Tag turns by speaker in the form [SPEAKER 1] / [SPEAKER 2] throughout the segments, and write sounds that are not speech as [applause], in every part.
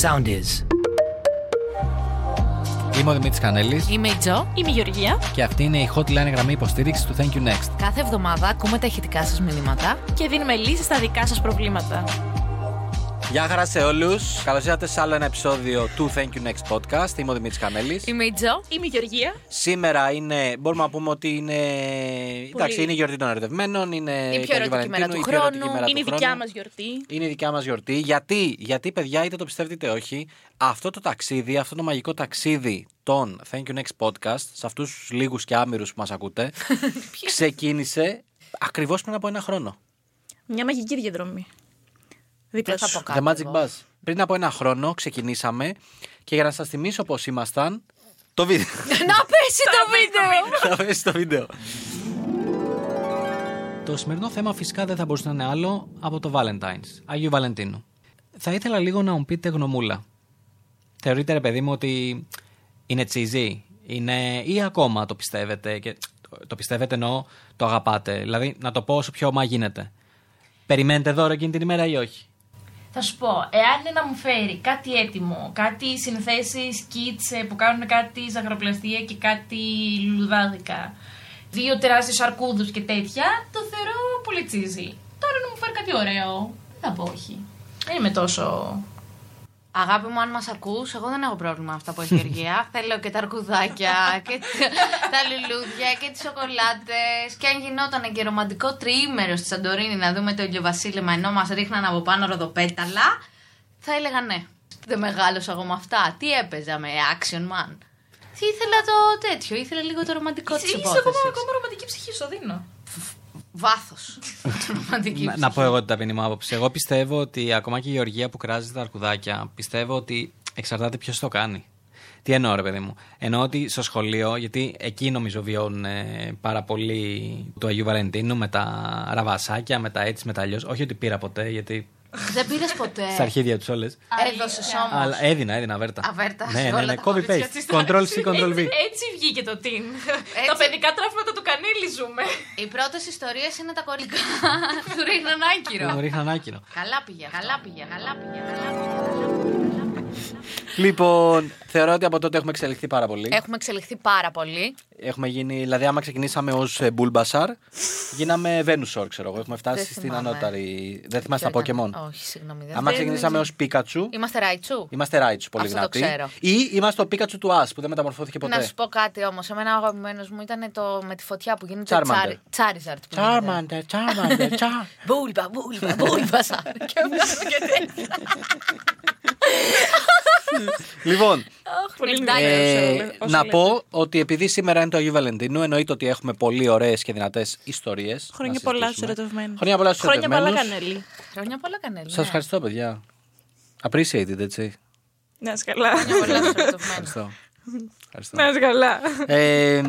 [SPEAKER 1] sound is.
[SPEAKER 2] Είμαι ο Δημήτρης Κανέλης
[SPEAKER 3] Είμαι η Τζο.
[SPEAKER 4] Είμαι η Γεωργία
[SPEAKER 2] και αυτή είναι η hotline γραμμή υποστήριξης του Thank You Next.
[SPEAKER 3] Κάθε εβδομάδα ακούμε τα ηχητικά σας μηνύματα.
[SPEAKER 4] και δίνουμε λύσεις στα δικά σας προβλήματα.
[SPEAKER 2] Γεια χαρά σε όλους. Καλώς ήρθατε σε άλλο ένα επεισόδιο του Thank You Next Podcast. Είμαι ο Δημήτρης Κανέλη.
[SPEAKER 3] Είμαι η Τζο.
[SPEAKER 4] Είμαι η Γεωργία.
[SPEAKER 2] Σήμερα είναι, μπορούμε να πούμε ότι είναι. Εντάξει, είναι η γιορτή των ερωτευμένων, είναι
[SPEAKER 5] Ε,
[SPEAKER 3] πιο
[SPEAKER 2] η Αγίου
[SPEAKER 3] ερωτική
[SPEAKER 2] Βαλεντίνου,
[SPEAKER 3] μέρα του
[SPEAKER 2] η πιο ερωτική
[SPEAKER 3] χρόνου,
[SPEAKER 2] μέρα
[SPEAKER 4] είναι η
[SPEAKER 2] του
[SPEAKER 4] δικιά
[SPEAKER 2] χρόνου.
[SPEAKER 4] μας γιορτή.
[SPEAKER 2] Είναι η δικιά μας γιορτή. Γιατί, γιατί, παιδιά, είτε το πιστεύετε είτε όχι, αυτό το ταξίδι, αυτό το μαγικό ταξίδι των Thank You Next Podcast, σε αυτούς τους λίγους και άμυρους που μας ακούτε,
[SPEAKER 3] [laughs]
[SPEAKER 2] ξεκίνησε ακριβώς πριν από ένα χρόνο.
[SPEAKER 4] Μια μαγική διαδρομή. Δίπλα
[SPEAKER 3] Δεν θα
[SPEAKER 4] σου.
[SPEAKER 3] πω κάτι.
[SPEAKER 2] The Magic
[SPEAKER 3] εγώ.
[SPEAKER 2] Buzz. Πριν από ένα χρόνο ξεκινήσαμε και για να σας θυμίσω πώς ήμασταν. Το βίντεο.
[SPEAKER 3] Να πέσει το βίντεο!
[SPEAKER 2] Θα πέσει το βίντεο. Το σημερινό θέμα φυσικά δεν θα μπορούσε να είναι άλλο από το Valentine's, Αγίου Βαλεντίνου. Θα ήθελα λίγο να μου πείτε γνωμούλα. Θεωρείτε ρε παιδί μου ότι είναι τσίζι, είναι ή ακόμα το πιστεύετε και το πιστεύετε εννοώ το αγαπάτε. Δηλαδή να το πω όσο πιο όμα γίνεται. Περιμένετε δώρο εκείνη την ημέρα ή όχι.
[SPEAKER 5] Θα σου πω, εάν είναι να μου φέρει κάτι έτοιμο, κάτι συνθέσεις κίτσε που κάνουν κάτι ζαχαροπλαστία και κάτι λουλουδάδικα, δύο τεράστιους αρκούδους και τέτοια, το θεωρώ πολύ τσίζι. Τώρα να μου φέρει κάτι ωραίο, δεν θα πω όχι. Δεν είμαι τόσο.
[SPEAKER 3] Αγάπη μου, αν μας ακούς, εγώ δεν έχω πρόβλημα με αυτά που έχει η
[SPEAKER 5] [laughs]
[SPEAKER 3] Γεωργία. Θέλω και τα αρκουδάκια και τ- τα λουλούδια και τις σοκολάτες. Και αν γινόταν και ρομαντικό τριήμερο στη Σαντορίνη να δούμε το ηλιοβασίλεμα ενώ μας ρίχναν από πάνω ροδοπέταλα, θα έλεγα ναι. Δεν μεγάλωσα εγώ με αυτά. Τι έπαιζα με action man. Τι ήθελα το τέτοιο, ήθελα λίγο το ρομαντικό της
[SPEAKER 5] Είσαι
[SPEAKER 3] υπόθεσης.
[SPEAKER 5] ακόμα, ακόμα ρομαντική ψυχή, στο δίνω.
[SPEAKER 3] Βάθο.
[SPEAKER 5] [laughs]
[SPEAKER 3] ρομαντική
[SPEAKER 2] Να, να πω εγώ την ταπεινή μου άποψη. Εγώ πιστεύω ότι ακόμα και η Γεωργία που κράζει τα αρκουδάκια, πιστεύω ότι εξαρτάται ποιος το κάνει. Τι εννοώ, ρε παιδί μου. Εννοώ ότι στο σχολείο, γιατί εκεί νομίζω βιώνουν ε, πάρα πολύ του Αγίου Βαλεντίνου με τα ραβασάκια, με τα έτσι, με τα αλλιώς. Όχι ότι πήρα ποτέ, γιατί
[SPEAKER 3] Δεν πήρες ποτέ.
[SPEAKER 2] στα αρχίδια τους όλες.
[SPEAKER 3] Έδωσες όμως.
[SPEAKER 2] Αλλά έδινα, έδινα βέρτα.
[SPEAKER 3] Αβέρτα,
[SPEAKER 2] Ναι, ναι,
[SPEAKER 3] όλα
[SPEAKER 2] ναι.
[SPEAKER 3] τα
[SPEAKER 2] Copy
[SPEAKER 3] κορίτσια
[SPEAKER 2] paste. Control C, Control V.
[SPEAKER 5] Έτσι, έτσι βγήκε το team. Τα παιδικά τραύματα του κανέλη ζούμε.
[SPEAKER 3] Οι πρώτες ιστορίες είναι τα [laughs] κορικά. Του ρίχναν
[SPEAKER 2] Μου
[SPEAKER 3] άκυρο.
[SPEAKER 2] ρίχναν άκυρο.
[SPEAKER 3] Καλά πήγε, καλά πήγε, καλά πήγε. Καλά πήγε.
[SPEAKER 2] Λοιπόν, θεωρώ ότι από τότε έχουμε εξελιχθεί πάρα πολύ.
[SPEAKER 3] Έχουμε εξελιχθεί πάρα πολύ.
[SPEAKER 2] Έχουμε γίνει, δηλαδή, άμα ξεκινήσαμε ως Μπούλμπασαρ, γίναμε Venusaur, ξέρω εγώ. Έχουμε
[SPEAKER 3] Δεν
[SPEAKER 2] φτάσει στην
[SPEAKER 3] θυμάμαι.
[SPEAKER 2] ανώταρη. Δεν θυμάστε τα
[SPEAKER 3] Ποιο
[SPEAKER 2] Pokémon.
[SPEAKER 3] ήταν? Όχι, συγγνώμη. Δεν...
[SPEAKER 2] Άμα ξεκινήσαμε ως Pikachu,
[SPEAKER 3] Είμαστε Ράιτσου.
[SPEAKER 2] είμαστε Raichu πολύ
[SPEAKER 3] Αυτό το
[SPEAKER 2] δυνατοί.
[SPEAKER 3] ξέρω.
[SPEAKER 2] Ή είμαστε το Pikachu του Ας που δεν μεταμορφώθηκε ποτέ.
[SPEAKER 3] Να σου πω κάτι όμως. Εμένα ο αγαπημένος μου ήταν το με τη φωτιά που γίνεται.
[SPEAKER 2] Charmander.
[SPEAKER 3] Τσάρι... Τσάριζαρτ. που γίνεται.
[SPEAKER 2] Charmander, Charmander, Charmander.
[SPEAKER 3] Μπούλμπα, μπούλμπα, μπούλμπα. [laughs] σαν. Και αυτό και τέτοια.
[SPEAKER 2] λοιπόν,
[SPEAKER 4] Πολύ
[SPEAKER 3] Νεκτάρι,
[SPEAKER 2] ε,
[SPEAKER 4] όσο λέ- όσο
[SPEAKER 2] να
[SPEAKER 4] λέτε.
[SPEAKER 2] πω ότι επειδή σήμερα είναι το Αγίου Βαλεντινού, εννοείται ότι έχουμε πολύ ωραίες και δυνατές ιστορίες.
[SPEAKER 4] Χρόνια πολλά στους ερωτευμένους.
[SPEAKER 2] Χρόνια πολλά στους
[SPEAKER 4] Χρόνια πολλά, Κανέλη.
[SPEAKER 3] Χρόνια πολλά, Κανέλη. ναι.
[SPEAKER 2] Σα ευχαριστώ, παιδιά. Appreciated, έτσι.
[SPEAKER 4] Να είσαι καλά.
[SPEAKER 2] Ευχαριστώ. Ευχαριστώ.
[SPEAKER 4] [laughs] Να είσαι καλά.
[SPEAKER 2] Ε,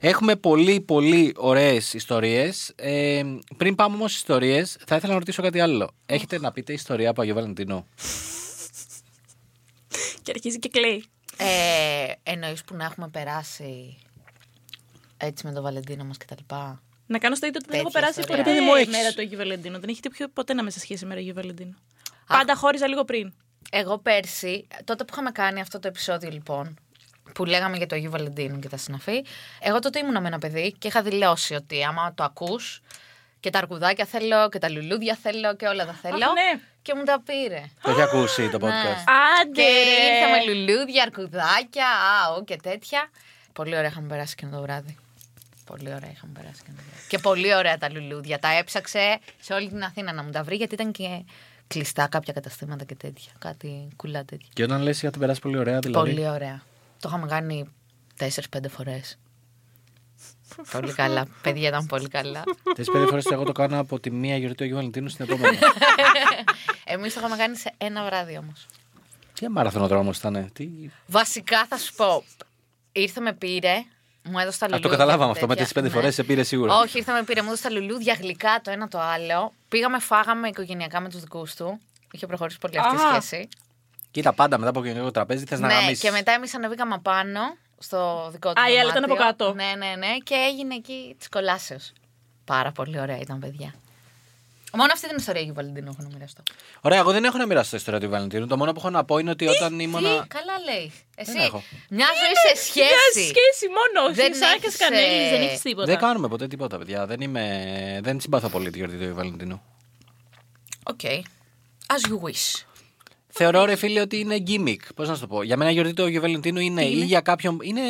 [SPEAKER 2] έχουμε πολύ πολύ ωραίες ιστορίες ε, Πριν πάμε όμως στις ιστορίες Θα ήθελα να ρωτήσω κάτι άλλο Έχετε να πείτε ιστορία από Αγίου Βαλεντινού
[SPEAKER 4] Και αρχίζει και κλαίει.
[SPEAKER 3] Ε, Εννοείς που να έχουμε περάσει έτσι με τον Βαλεντίνο μας κτλ.
[SPEAKER 4] Να κάνω στο ίδιο ότι δεν έχω
[SPEAKER 3] Τέτοια
[SPEAKER 4] περάσει
[SPEAKER 3] ιστορία.
[SPEAKER 4] ποτέ
[SPEAKER 2] Ρε παιδί μου,
[SPEAKER 4] η
[SPEAKER 2] έχεις.
[SPEAKER 4] μέρα του Αγίου Βαλεντίνου. Δεν έχετε πιο ποτέ να με σε σχέση με Αγίου Βαλεντίνου. Πάντα χώριζα λίγο πριν.
[SPEAKER 3] Εγώ πέρσι, τότε που είχαμε κάνει αυτό το επεισόδιο λοιπόν, που λέγαμε για το Αγίου Βαλεντίνου και τα συναφή, εγώ τότε ήμουνα με ένα παιδί και είχα δηλώσει ότι άμα το ακούς και τα αρκουδάκια θέλω και τα λουλούδια θέλω και όλα τα θέλω.
[SPEAKER 4] Αχ, ναι.
[SPEAKER 3] Και μου τα πήρε.
[SPEAKER 2] Το έχει ακούσει
[SPEAKER 3] Ναι.
[SPEAKER 2] το podcast
[SPEAKER 4] Άντε!
[SPEAKER 3] Και
[SPEAKER 4] Ναι.
[SPEAKER 3] ήρθε με λουλούδια, αρκουδάκια, αου και τέτοια. Πολύ ωραία είχαμε περάσει και το βράδυ. Πολύ ωραία είχαμε περάσει και το βράδυ. Και πολύ ωραία τα λουλούδια. Τα έψαξε σε όλη την Αθήνα να μου τα βρει γιατί ήταν και κλειστά κάποια καταστήματα και τέτοια. Κάτι κουλά τέτοια.
[SPEAKER 2] Και όταν λες για την περάσει πολύ ωραία δηλαδή
[SPEAKER 3] Πολύ ωραία. Το είχαμε κάνει 4-5 φορές.
[SPEAKER 2] [laughs]
[SPEAKER 3] πολύ καλά. Παιδιά ήταν πολύ καλά.
[SPEAKER 2] Τις πέντε φορές που εγώ το κάνω από τη μία γιορτή του Αγίου Βαλεντίνου στην
[SPEAKER 3] [laughs]
[SPEAKER 2] επόμενη
[SPEAKER 3] Εμείς το είχαμε κάνει σε ένα βράδυ όμως.
[SPEAKER 2] Τι μαραθωνοδρόμος ήταν τι...
[SPEAKER 3] Βασικά θα σου πω. Ήρθε με πήρε, μου έδωσε τα
[SPEAKER 2] Α,
[SPEAKER 3] λουλούδια.
[SPEAKER 2] το καταλάβαμε
[SPEAKER 3] και
[SPEAKER 2] αυτό με
[SPEAKER 3] τέτοια.
[SPEAKER 2] τις πέντε
[SPEAKER 3] Ναι.
[SPEAKER 2] φορές σε πήρε σίγουρα
[SPEAKER 3] Όχι, ήρθε με πήρε, μου έδωσε τα λουλούδια γλυκά το ένα το άλλο. Πήγαμε, φάγαμε οικογενειακά με τους δικούς του. Είχε προχωρήσει πολύ αυτή η
[SPEAKER 4] Α.
[SPEAKER 3] σχέση.
[SPEAKER 2] Κοίτα πάντα μετά από κοινωνικό τραπέζι θες να
[SPEAKER 3] ναι,
[SPEAKER 2] γαμίσεις
[SPEAKER 3] και μετά εμείς ανεβήκαμε απάνω στο δικό του.
[SPEAKER 4] Α, η άλλη ήταν
[SPEAKER 3] δωμάτιο.
[SPEAKER 4] από κάτω.
[SPEAKER 3] Ναι, ναι, ναι. Και έγινε εκεί της κολάσεως. Πάρα πολύ ωραία ήταν, παιδιά. Μόνο αυτή την ιστορία για Βαλεντίνο έχω να μοιραστώ.
[SPEAKER 1] Ωραία, εγώ δεν έχω να μοιραστώ ιστορία του Βαλεντίνου. Το μόνο που έχω να πω είναι ότι όταν ήμουνα.
[SPEAKER 3] Καλά λέει. Εσύ.
[SPEAKER 1] Δεν έχω.
[SPEAKER 3] Μια ζωή σε
[SPEAKER 4] Ναι, Μια
[SPEAKER 3] σχέση.
[SPEAKER 4] σχέση μόνο.
[SPEAKER 3] Δεν
[SPEAKER 4] Δεν έχει
[SPEAKER 3] έχεις,
[SPEAKER 4] κανένας,
[SPEAKER 3] ε,
[SPEAKER 4] δεν έχεις τίποτα.
[SPEAKER 1] Δεν κάνουμε ποτέ τίποτα, παιδιά. Δεν, είμαι... δεν συμπαθώ πολύ τη γιορτή του Βαλεντίνου.
[SPEAKER 3] Οκ. As you wish.
[SPEAKER 1] Θεωρώ, ρε φίλε, ότι είναι gimmick. Πώς να σου το πω. Για μένα η γιορτή του Αγίου Βαλεντίνου είναι, ή για κάποιον. Είναι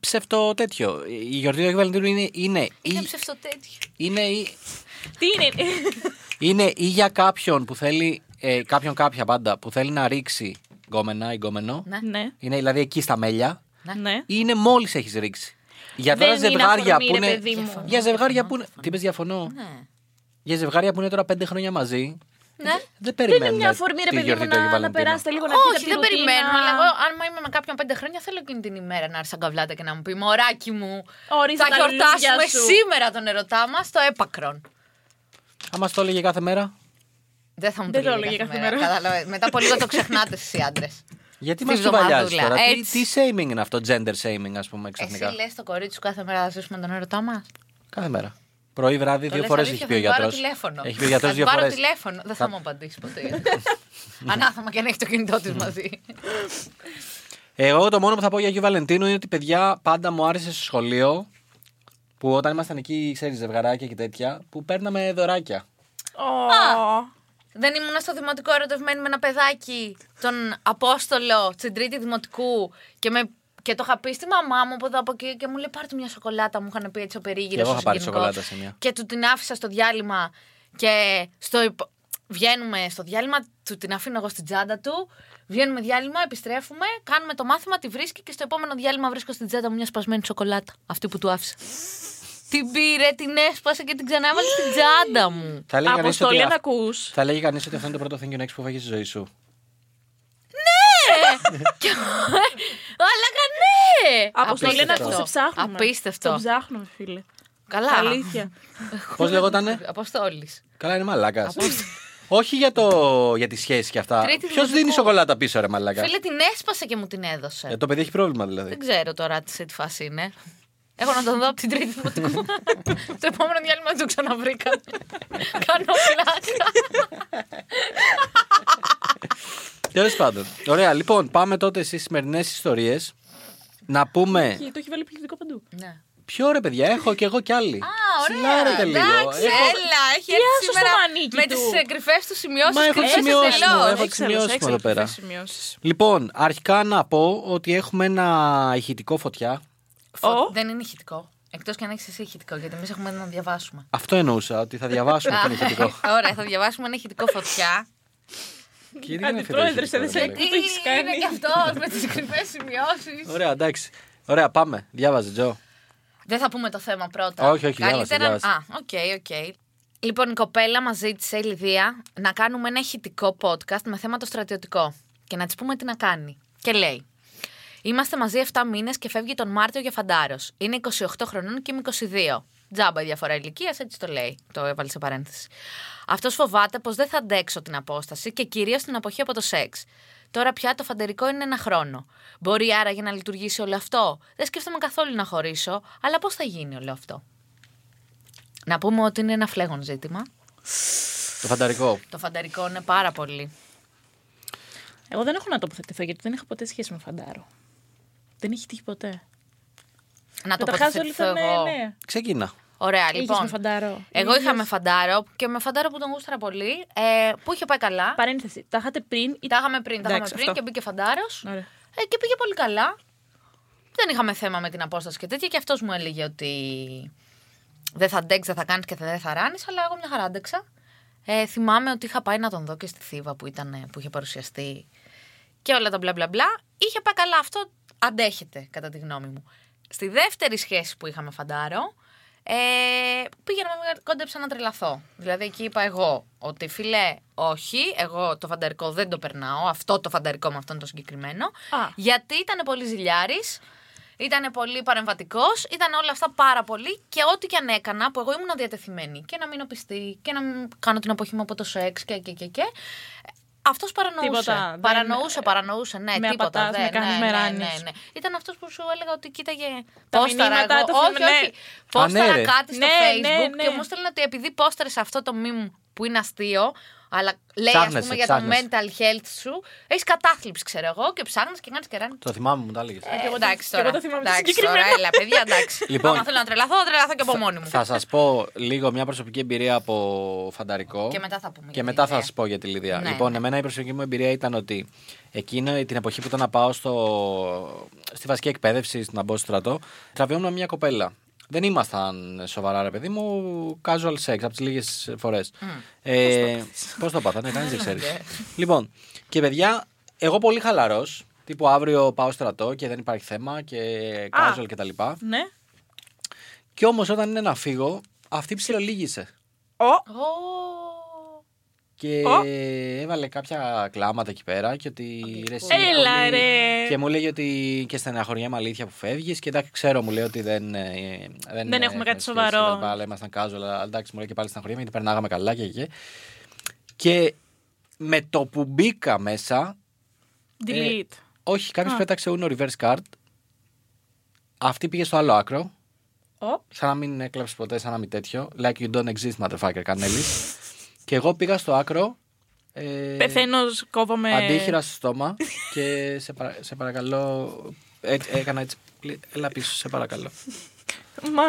[SPEAKER 1] ψευτο τέτοιο. Η γιορτή του Αγίου Βαλεντίνου είναι. Είναι,
[SPEAKER 3] Είναι
[SPEAKER 1] ή,
[SPEAKER 3] ψευτοτέτοιο.
[SPEAKER 1] είναι, ή,
[SPEAKER 4] Τι είναι.
[SPEAKER 1] είναι ή για κάποιον που θέλει. Ε, κάποιον κάποια πάντα που θέλει να ρίξει γκόμενα ή γκόμενο.
[SPEAKER 3] [laughs] Ναι.
[SPEAKER 4] ναι.
[SPEAKER 1] Είναι δηλαδή εκεί στα μέλια.
[SPEAKER 4] ναι.
[SPEAKER 1] Ή είναι μόλις έχεις ρίξει. Για
[SPEAKER 4] Δεν
[SPEAKER 1] τώρα
[SPEAKER 4] είναι
[SPEAKER 1] ζευγάρια
[SPEAKER 4] αφορμή,
[SPEAKER 1] που
[SPEAKER 4] ρε
[SPEAKER 1] είναι.
[SPEAKER 4] παιδί μου.
[SPEAKER 1] Για ζευγάρια που είναι. Τι πες, διαφωνώ.
[SPEAKER 3] Ναι.
[SPEAKER 1] Για ζευγάρια που είναι τώρα πέντε χρόνια μαζί.
[SPEAKER 3] Ναι.
[SPEAKER 1] Δεν
[SPEAKER 4] Δεν
[SPEAKER 1] περιμένουν. δηλαδή,
[SPEAKER 4] είναι μια αφορμή, ρε παιδί μου, να, να περάσετε λίγο να
[SPEAKER 3] Όχι, δεν περιμένω, αλλά εγώ αν είμαι με κάποιον πέντε χρόνια θέλω εκείνη την ημέρα να έρθει σαν καβλάτα και να μου πει Μωράκι μου,
[SPEAKER 4] Ορίστε
[SPEAKER 3] θα
[SPEAKER 4] τα λουλούδια
[SPEAKER 3] γιορτάσουμε
[SPEAKER 4] σου».
[SPEAKER 3] σήμερα τον ερωτά μας στο έπακρον.
[SPEAKER 1] Άμα στο έλεγε κάθε μέρα.
[SPEAKER 3] Δεν θα μου
[SPEAKER 4] Δεν
[SPEAKER 3] το
[SPEAKER 4] το
[SPEAKER 3] λέει
[SPEAKER 4] έλεγε
[SPEAKER 3] κάθε
[SPEAKER 4] κάθε
[SPEAKER 3] μέρα.
[SPEAKER 4] μέρα.
[SPEAKER 3] Κατάλαβα. Μετά από λίγο το ξεχνάτε εσείς οι άντρες.
[SPEAKER 1] Γιατί
[SPEAKER 3] Τη
[SPEAKER 1] μα κουβαλιάζει
[SPEAKER 3] βδομαδούλα,
[SPEAKER 1] τώρα. Τι,
[SPEAKER 3] έτσι.
[SPEAKER 1] τι shaming είναι αυτό, gender shaming, ας πούμε, ξαφνικά.
[SPEAKER 3] Εσύ λες το κορίτσι σου κάθε μέρα να ζήσουμε τον ερωτά μας.
[SPEAKER 1] Κάθε μέρα. Πρωί, βράδυ,
[SPEAKER 3] Το
[SPEAKER 1] δύο
[SPEAKER 3] λες
[SPEAKER 1] φορές
[SPEAKER 3] αλήθεια,
[SPEAKER 1] έχει πει
[SPEAKER 3] θα
[SPEAKER 1] ο
[SPEAKER 3] του
[SPEAKER 1] γιατρό.
[SPEAKER 3] Πάρω τηλέφωνο.
[SPEAKER 1] Έχει πει ο γιατρός
[SPEAKER 3] Θα του
[SPEAKER 1] δύο
[SPEAKER 3] Πάρω
[SPEAKER 1] φορές.
[SPEAKER 3] τηλέφωνο. Δεν θα μου απαντήσει ποτέ. [laughs] γιατί. Ανάθαμα και αν έχει το κινητό της μαζί.
[SPEAKER 1] Εγώ το μόνο που θα πω για Αγίου Βαλεντίνου είναι ότι παιδιά πάντα μου άρεσε στο σχολείο που όταν ήμασταν εκεί, ξέρεις, ζευγαράκια και τέτοια, που παίρναμε δωράκια.
[SPEAKER 3] Δεν ήμουν στο δημοτικό ερωτευμένη με ένα παιδάκι, τον Απόστολο, στην τρίτη δημοτικού και, με, και το είχα πει στη μαμά μου από εδώ από εκεί και μου λέει πάρ' του μια σοκολάτα. Μου είχαν πει έτσι ο περίγυρος.
[SPEAKER 1] Και εγώ είχα πάρει σοκολάτα σε μια.
[SPEAKER 3] Και του την άφησα στο διάλειμμα και στο υπο- βγαίνουμε στο διάλειμμα, του την αφήνω εγώ στην τσάντα του. Βγαίνουμε διάλειμμα, επιστρέφουμε, κάνουμε το μάθημα, τη βρίσκει και στο επόμενο διάλειμμα βρίσκω στην τσάντα μου μια σπασμένη σοκολάτα. Αυτή που του άφησα. την πήρε, την έσπασε και την ξανά έβαλε στην τσάντα μου.
[SPEAKER 1] Θα λέγει κανείς ότι,
[SPEAKER 4] Αποστολή αν
[SPEAKER 1] αυ-
[SPEAKER 4] ακούς.
[SPEAKER 1] θα λέγει κανείς ότι αυτό είναι το πρώτο thank you next που έφαγε στη ζωή σου.
[SPEAKER 3] Αλλά κανέ!
[SPEAKER 4] Αποστολή να
[SPEAKER 3] Απίστευτο.
[SPEAKER 4] ακού, σε ψάχνουμε.
[SPEAKER 3] Απίστευτο.
[SPEAKER 4] Σε ψάχνουμε, φίλε.
[SPEAKER 3] Καλά.
[SPEAKER 4] Αλήθεια.
[SPEAKER 1] Πώς λεγότανε.
[SPEAKER 3] Αποστόλης.
[SPEAKER 1] Καλά, είναι μαλάκας. Όχι για, το, για τη σχέση και αυτά.
[SPEAKER 3] Τρίτη
[SPEAKER 1] Ποιος δίνει
[SPEAKER 3] δημοτικού.
[SPEAKER 1] σοκολάτα πίσω, ρε μαλάκας.
[SPEAKER 3] Φίλε, την έσπασε και μου την έδωσε.
[SPEAKER 1] Ε, το παιδί έχει πρόβλημα δηλαδή.
[SPEAKER 3] Δεν ξέρω τώρα τι σε τι φάση είναι. Έχω να τον δω από την τρίτη
[SPEAKER 4] [laughs]
[SPEAKER 3] δημοτικού. το επόμενο διάλειμμα δεν τον ξαναβρήκαμε. Κάνω πλάκα.
[SPEAKER 1] Τέλος πάντων. Ωραία, λοιπόν, πάμε τότε στις σημερινές ιστορίες. Να πούμε.
[SPEAKER 4] Και το έχει βάλει πληθυντικό παντού.
[SPEAKER 3] ναι.
[SPEAKER 1] Ποιο ρε, παιδιά, έχω και εγώ κι άλλοι. Α, Συλλάρετε λίγο.
[SPEAKER 3] Εντάξει,
[SPEAKER 1] Έχω-
[SPEAKER 3] έλα. Έχει
[SPEAKER 4] Γεια
[SPEAKER 3] έρθει
[SPEAKER 4] σου στο
[SPEAKER 3] σήμερα
[SPEAKER 4] μανίκι
[SPEAKER 3] με
[SPEAKER 4] του.
[SPEAKER 3] τις κρυφέ του σημειώσεις.
[SPEAKER 1] Μα έχω τις σημειώσεις μου,
[SPEAKER 4] Τελώς.
[SPEAKER 1] έχω τις
[SPEAKER 4] Έξαλλος,
[SPEAKER 1] σημειώσεις μου εδώ
[SPEAKER 4] έξαλλος,
[SPEAKER 1] πέρα.
[SPEAKER 4] τις σημειώσεις.
[SPEAKER 1] Λοιπόν, αρχικά να πω ότι έχουμε ένα ηχητικό φωτιά.
[SPEAKER 4] Ο.
[SPEAKER 3] Δεν είναι ηχητικό. Εκτός και αν έχεις εσύ ηχητικό, γιατί εμείς έχουμε να διαβάσουμε.
[SPEAKER 1] Αυτό εννοούσα, ότι θα διαβάσουμε
[SPEAKER 3] [laughs]
[SPEAKER 1] τον ηχητικό.
[SPEAKER 3] Ωραία, θα διαβάσουμε ένα ηχητικό φωτιά.
[SPEAKER 1] Και γιατί να φύγει το
[SPEAKER 4] Αντιπρόεδρε,
[SPEAKER 1] ηχητικό,
[SPEAKER 4] δεν
[SPEAKER 1] ρε,
[SPEAKER 4] σε
[SPEAKER 1] λέει.
[SPEAKER 4] Τι το έχεις κάνει?
[SPEAKER 3] Είναι και αυτός με τις κρυφές σημειώσεις.
[SPEAKER 1] Ωραία, εντάξει. Ωραία, πάμε. Διάβαζε, Τζο.
[SPEAKER 3] Δεν θα πούμε το θέμα πρώτα.
[SPEAKER 1] Όχι, όχι, διάβασε, διάβασε.
[SPEAKER 3] Α, οκ, οκ. Λοιπόν, η κοπέλα μα ζήτησε, η Λιδία, να κάνουμε ένα ηχητικό podcast με θέμα το στρατιωτικό και να της πούμε τι να κάνει. Και λέει. Είμαστε μαζί 7 μήνες και φεύγει τον Μάρτιο για φαντάρος. Είναι 28 χρονών και είμαι 22. Τζάμπα η διαφορά ηλικίας, έτσι το λέει. Το έβαλε σε παρένθεση. Αυτός φοβάται πως δεν θα αντέξω την απόσταση και κυρίως την αποχή από το σεξ. Τώρα πια το φαντερικό είναι ένα χρόνο. Μπορεί άραγε να λειτουργήσει όλο αυτό. Δεν σκέφτομαι καθόλου να χωρίσω, αλλά πώς θα γίνει όλο αυτό. Να πούμε ότι είναι ένα φλέγον ζήτημα.
[SPEAKER 1] Το φανταρικό.
[SPEAKER 3] Το φανταρικό είναι πάρα πολύ.
[SPEAKER 4] Εγώ δεν έχω να τοποθετηθώ γιατί δεν έχω ποτέ σχέση με φαντάρο. Δεν έχει τύχει ποτέ.
[SPEAKER 3] Να το
[SPEAKER 4] Καταρχάς όλοι
[SPEAKER 3] τοποθετηθώ
[SPEAKER 4] θα
[SPEAKER 3] εγώ.
[SPEAKER 4] ναι, ναι.
[SPEAKER 1] Ξεκινά.
[SPEAKER 3] Ωραία,
[SPEAKER 4] Είχες
[SPEAKER 3] λοιπόν.
[SPEAKER 4] με φαντάρο.
[SPEAKER 3] Εγώ είχα με φαντάρο και με φαντάρο που τον γούστρα πολύ. Ε, που είχε πάει καλά.
[SPEAKER 4] Παρένθεση. Τα είχατε πριν ή
[SPEAKER 3] Τα είχαμε πριν, τα είχαμε
[SPEAKER 4] Εντάξει,
[SPEAKER 3] πριν
[SPEAKER 4] αυτό.
[SPEAKER 3] και μπήκε φαντάρος.
[SPEAKER 4] Ωραία.
[SPEAKER 3] Ε, και πήγε πολύ καλά. Δεν είχαμε θέμα με την απόσταση και τέτοια. Και αυτός μου έλεγε ότι δεν θα αντέξεις, δεν θα κάνεις και δεν θα ράνεις, αλλά εγώ μια χαρά άντεξα. Ε, θυμάμαι ότι είχα πάει να τον δω και στη Θήβα που, ήταν, ε, που είχε παρουσιαστεί και όλα τα μπλα μπλα μπλα. Είχε πάει καλά αυτό, αντέχεται κατά τη γνώμη μου. Στη δεύτερη σχέση που είχαμε φαντάρο, ε, πήγαινα κόντεψα να τρελαθώ. Δηλαδή εκεί είπα εγώ ότι φιλέ, όχι, εγώ το φανταρικό δεν το περνάω, αυτό το φανταρικό με αυτόν το συγκεκριμένο.
[SPEAKER 4] Α.
[SPEAKER 3] Γιατί ήταν πολύ ζηλιάρης, ήταν πολύ παρεμβατικός, ήταν όλα αυτά πάρα πολύ και ό,τι και αν έκανα, που εγώ ήμουν διατεθειμένη και να μείνω πιστή και να μην κάνω την αποχή μου από το σεξ και και και. και. Αυτός παρανοούσε.
[SPEAKER 4] Τίποτα, δεν-
[SPEAKER 3] παρανοούσε, παρανοούσε, ναι,
[SPEAKER 4] με
[SPEAKER 3] τίποτα.
[SPEAKER 4] απατάς,
[SPEAKER 3] δεν,
[SPEAKER 4] με κάνεις,
[SPEAKER 3] ναι,
[SPEAKER 4] με
[SPEAKER 3] ναι, ναι,
[SPEAKER 4] ράνεις.
[SPEAKER 3] ναι. Ήταν αυτός που σου έλεγα ότι κοίταγε.
[SPEAKER 4] Τα
[SPEAKER 3] πόσταρα
[SPEAKER 4] μηνύματα,
[SPEAKER 3] εγώ,
[SPEAKER 4] το
[SPEAKER 3] όχι,
[SPEAKER 4] θυμάμαι, ναι.
[SPEAKER 3] όχι. Πόσταρα
[SPEAKER 1] Α, ναι, ρε.
[SPEAKER 3] κάτι στο
[SPEAKER 4] Ναι, ναι,
[SPEAKER 3] Facebook
[SPEAKER 4] ναι.
[SPEAKER 3] και μου έστελνε ότι επειδή πόσταρες αυτό το meme που που είναι αστείο, αλλά λέει ας
[SPEAKER 1] Ψάχνεσαι,
[SPEAKER 3] πούμε για το
[SPEAKER 1] ψάχνεσαι.
[SPEAKER 3] mental health σου, έχεις κατάθλιψη, ξέρω εγώ, και ψάχνεις και κάνεις και ράνι.
[SPEAKER 1] Το θυμάμαι, μου τα έλεγες.
[SPEAKER 3] Ε, εντάξει
[SPEAKER 4] και
[SPEAKER 3] τώρα.
[SPEAKER 4] εγώ το θυμάμαι το
[SPEAKER 3] εντάξει, τώρα,
[SPEAKER 4] συγκεκριμένο.
[SPEAKER 3] έλα, παιδιά, εντάξει.
[SPEAKER 1] [laughs] Λοιπόν.
[SPEAKER 3] Άμα θέλω να τρελαθώ, θα τρελαθώ και από μόνη μου.
[SPEAKER 1] Θα σας πω λίγο μια προσωπική εμπειρία από φανταρικό.
[SPEAKER 3] Και μετά θα πούμε
[SPEAKER 1] Και
[SPEAKER 3] για τη
[SPEAKER 1] μετά θα
[SPEAKER 3] Λιδία.
[SPEAKER 1] σας πω για τη Λιδία.
[SPEAKER 3] Ναι,
[SPEAKER 1] λοιπόν,
[SPEAKER 3] ναι.
[SPEAKER 1] εμένα η προσωπική μου εμπειρία ήταν ότι εκείνο την εποχή που ήταν να πάω στο... στη βασική εκπαίδευση, στο να μπω στο στρατό, τραβιόμουν μια κοπέλα. Δεν ήμασταν σοβαρά, ρε παιδί μου, casual sex από τις λίγες φορές. Ε, Πώς το πάθανε, κανείς δεν ξέρει.
[SPEAKER 3] Ναι.
[SPEAKER 1] λοιπόν, και παιδιά, εγώ πολύ χαλαρός. Τύπου αύριο πάω στρατό και δεν υπάρχει θέμα και casual κτλ.
[SPEAKER 4] Ναι.
[SPEAKER 1] Κι όμως όταν είναι να φύγω, αυτή ψιλολίγησε.
[SPEAKER 4] Ο.
[SPEAKER 1] Και
[SPEAKER 4] Ω.
[SPEAKER 1] έβαλε κάποια κλάματα εκεί πέρα και ότι. ρε, εσύ
[SPEAKER 4] Έλα,
[SPEAKER 1] πολύ-
[SPEAKER 4] ρε.
[SPEAKER 1] Και μου λέει ότι και στεναχωριέμαι αλήθεια που φεύγεις. Και εντάξει, ξέρω, μου λέει ότι δεν. ε, ε,
[SPEAKER 4] Δεν έχουμε κάτι
[SPEAKER 1] σχέση
[SPEAKER 4] σοβαρό.
[SPEAKER 1] και τα λοιπά, Αλλά ήμασταν κάζο, αλλά εντάξει, μου λέει και πάλι στεναχωριέμαι γιατί περνάγαμε καλά και εκεί. Και με το που μπήκα μέσα,
[SPEAKER 4] Delete.
[SPEAKER 1] όχι, κάποιος πέταξε ούνο reverse card. Αυτή πήγε στο άλλο άκρο.
[SPEAKER 4] Ο.
[SPEAKER 1] Σαν να μην έκλαψες ποτέ, σαν να μην τέτοιο. Like you don't exist, motherfucker, κανέλης. και εγώ πήγα στο άκρο. Ε,
[SPEAKER 4] Πεθαίνως, κόβομαι.
[SPEAKER 1] Αντίχειρα στο στόμα και σε, παρα- σε παρακαλώ. έτσι- έκανα έτσι. πλη- Έλα πίσω, σε παρακαλώ.
[SPEAKER 4] Μα.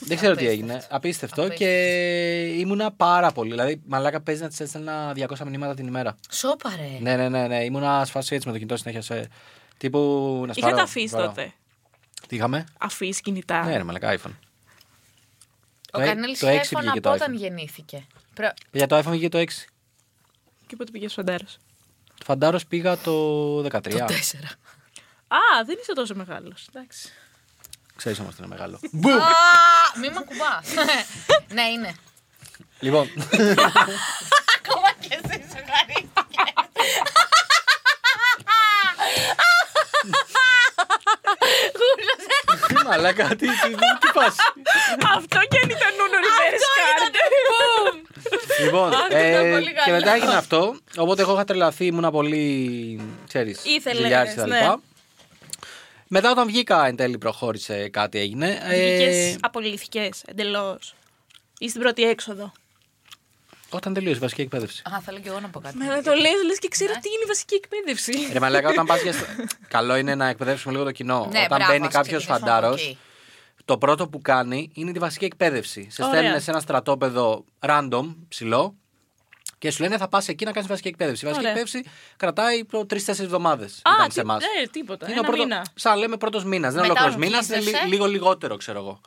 [SPEAKER 1] Δεν ξέρω τι έγινε. Απίστευτο και ήμουνα πάρα πολύ. Δηλαδή, μαλάκα παίζει να της έστελνα 200 μηνύματα την ημέρα.
[SPEAKER 3] Σόπαρε.
[SPEAKER 1] Ναι, ναι, ναι, ναι. Ήμουνα σφασί έτσι με το κινητό συνέχεια σε. Τύπου να σπάρω.
[SPEAKER 4] Είχατε αφήσει
[SPEAKER 1] σπάρω.
[SPEAKER 4] τότε.
[SPEAKER 1] Τι είχαμε.
[SPEAKER 4] Αφήσει κινητά.
[SPEAKER 1] Ναι, ρε, μαλάκα iPhone.
[SPEAKER 3] Ο
[SPEAKER 1] ε-
[SPEAKER 3] Κανέλης
[SPEAKER 1] το
[SPEAKER 3] είχε
[SPEAKER 1] έξι
[SPEAKER 3] iPhone
[SPEAKER 1] βγήκε
[SPEAKER 3] από
[SPEAKER 1] το
[SPEAKER 3] όταν
[SPEAKER 1] iPhone.
[SPEAKER 3] γεννήθηκε. Προ-
[SPEAKER 1] Για το iPhone βγήκε το 6.
[SPEAKER 4] Και πότε πήγε ο Φαντάρος.
[SPEAKER 1] Το φαντάρος πήγα το 13.
[SPEAKER 3] Τέσσερα.
[SPEAKER 4] Α, δεν είσαι τόσο μεγάλος. Εντάξει.
[SPEAKER 1] Ξέρεις όμως είναι μεγάλο. [laughs]
[SPEAKER 3] Α, [laughs] Μη με κουμπά. Ναι, είναι.
[SPEAKER 1] λοιπόν,
[SPEAKER 3] Ακόμα και εσύ σου
[SPEAKER 1] [laughs]
[SPEAKER 3] χαρίστηκε. Γούρλωσε.
[SPEAKER 1] ε. τι μαλάκα, τι, τι, τι, τι πας.
[SPEAKER 4] Αυτό και αν ήταν ούνο reverse card.
[SPEAKER 1] Λοιπόν,
[SPEAKER 3] Αχ, ήταν
[SPEAKER 1] ε,
[SPEAKER 3] πολύ
[SPEAKER 1] και
[SPEAKER 3] καλό.
[SPEAKER 1] μετά έγινε αυτό. Οπότε εγώ είχα τρελαθεί, ήμουνα πολύ. ξέρεις.
[SPEAKER 4] Ήθελες,
[SPEAKER 1] και τα λοιπά.
[SPEAKER 4] ναι.
[SPEAKER 1] Μετά όταν βγήκα εν τέλει προχώρησε κάτι έγινε.
[SPEAKER 4] Βγήκε
[SPEAKER 1] Ε,
[SPEAKER 4] απολυθικέ εντελώς. Ή στην πρώτη έξοδο.
[SPEAKER 1] όταν τελείωσε η βασική εκπαίδευση.
[SPEAKER 3] Α, θέλω κι εγώ να πω κάτι.
[SPEAKER 4] Μα το λες, λες και ξέρω τι είναι η βασική εκπαίδευση.
[SPEAKER 1] Ρε μαλάκα, όταν
[SPEAKER 3] [laughs]
[SPEAKER 1] πας για... Καλό είναι να εκπαιδεύσουμε λίγο το κοινό.
[SPEAKER 3] Ναι,
[SPEAKER 1] όταν
[SPEAKER 3] μπράβο,
[SPEAKER 1] μπαίνει
[SPEAKER 3] ας
[SPEAKER 1] κάποιος
[SPEAKER 3] ξεκινήσουμε
[SPEAKER 1] φαντάρο,
[SPEAKER 3] από εκεί.
[SPEAKER 1] το πρώτο που κάνει είναι τη βασική εκπαίδευση. Σε
[SPEAKER 4] Ωραία.
[SPEAKER 1] στέλνουν σε ένα στρατόπεδο random, ψηλό, και σου λένε θα πας εκεί να κάνεις βασική εκπαίδευση. Η βασική
[SPEAKER 4] Ωραία.
[SPEAKER 1] εκπαίδευση κρατάει τρει-τέσσερι εβδομάδες.
[SPEAKER 4] Α,
[SPEAKER 1] σε
[SPEAKER 4] τι,
[SPEAKER 1] εμάς.
[SPEAKER 3] ε,
[SPEAKER 4] ναι, τίποτα.
[SPEAKER 1] Είναι
[SPEAKER 4] Ένα
[SPEAKER 1] ο πρώτο-
[SPEAKER 4] μήνα.
[SPEAKER 1] Σαν λέμε πρώτος μήνας. Δεν είναι
[SPEAKER 3] Μετά
[SPEAKER 1] ολόκληρος μήνας, είναι
[SPEAKER 3] βγίζεσαι.
[SPEAKER 1] λι- λίγο λιγότερο, ξέρω εγώ.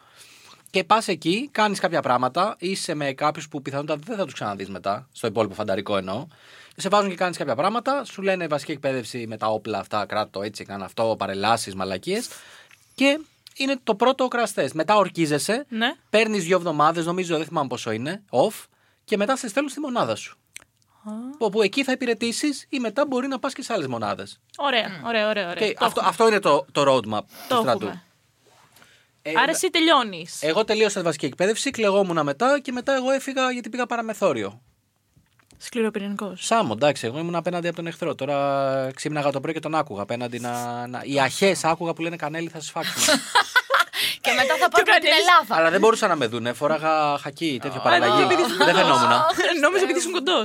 [SPEAKER 1] Και πας εκεί, κάνει κάποια πράγματα, είσαι με κάποιους που πιθανότατα δεν θα τους ξαναδείς μετά, στο υπόλοιπο φανταρικό εννοώ. Σε βάζουν και κάνεις κάποια πράγματα, σου λένε βασική εκπαίδευση με τα όπλα αυτά, κράτο έτσι, κάνω αυτό, παρελάσεις, μαλακίες. Και είναι το πρώτο κραστές. Μετά ορκίζεσαι,
[SPEAKER 4] Ναι.
[SPEAKER 1] παίρνεις δύο εβδομάδες, νομίζω δεν θυμάμαι πόσο είναι, off, και μετά σε στέλνουν στη μονάδα σου. Όπου εκεί θα υπηρετήσεις ή μετά μπορεί να πας και σε άλλες μονάδες.
[SPEAKER 4] Ωραία, ωραία, ωραία. ωραία.
[SPEAKER 1] Και
[SPEAKER 4] Το
[SPEAKER 1] αυτό,
[SPEAKER 4] έχουμε.
[SPEAKER 1] αυτό είναι το, το roadmap του
[SPEAKER 4] Το
[SPEAKER 1] στρατού.
[SPEAKER 4] έχουμε.
[SPEAKER 1] Ε,
[SPEAKER 4] Άρα εσύ τελειώνεις.
[SPEAKER 1] Εγώ τελείωσα τη βασική εκπαίδευση, κλεγόμουν μετά και μετά εγώ έφυγα γιατί πήγα παραμεθόριο.
[SPEAKER 4] Σκληροπυρηνικός.
[SPEAKER 1] Σάμο, εντάξει, εγώ ήμουν απέναντι από τον εχθρό. Τώρα ξύπναγα το πρωί και τον άκουγα. Απέναντι να, να... Οι αχέ άκουγα που λένε Κανέλη θα σα φάξουν.
[SPEAKER 4] [laughs]
[SPEAKER 3] Και μετά θα πάρουμε την
[SPEAKER 4] κάνεις.
[SPEAKER 3] Ελλάδα.
[SPEAKER 1] Αλλά δεν μπορούσαν να με δούνε. Φοράγα χακί, τέτοιο παραλλαγή. δεν
[SPEAKER 4] [laughs]
[SPEAKER 1] φαινόμουν.
[SPEAKER 4] Νόμιζα επειδή ήσουν κοντός.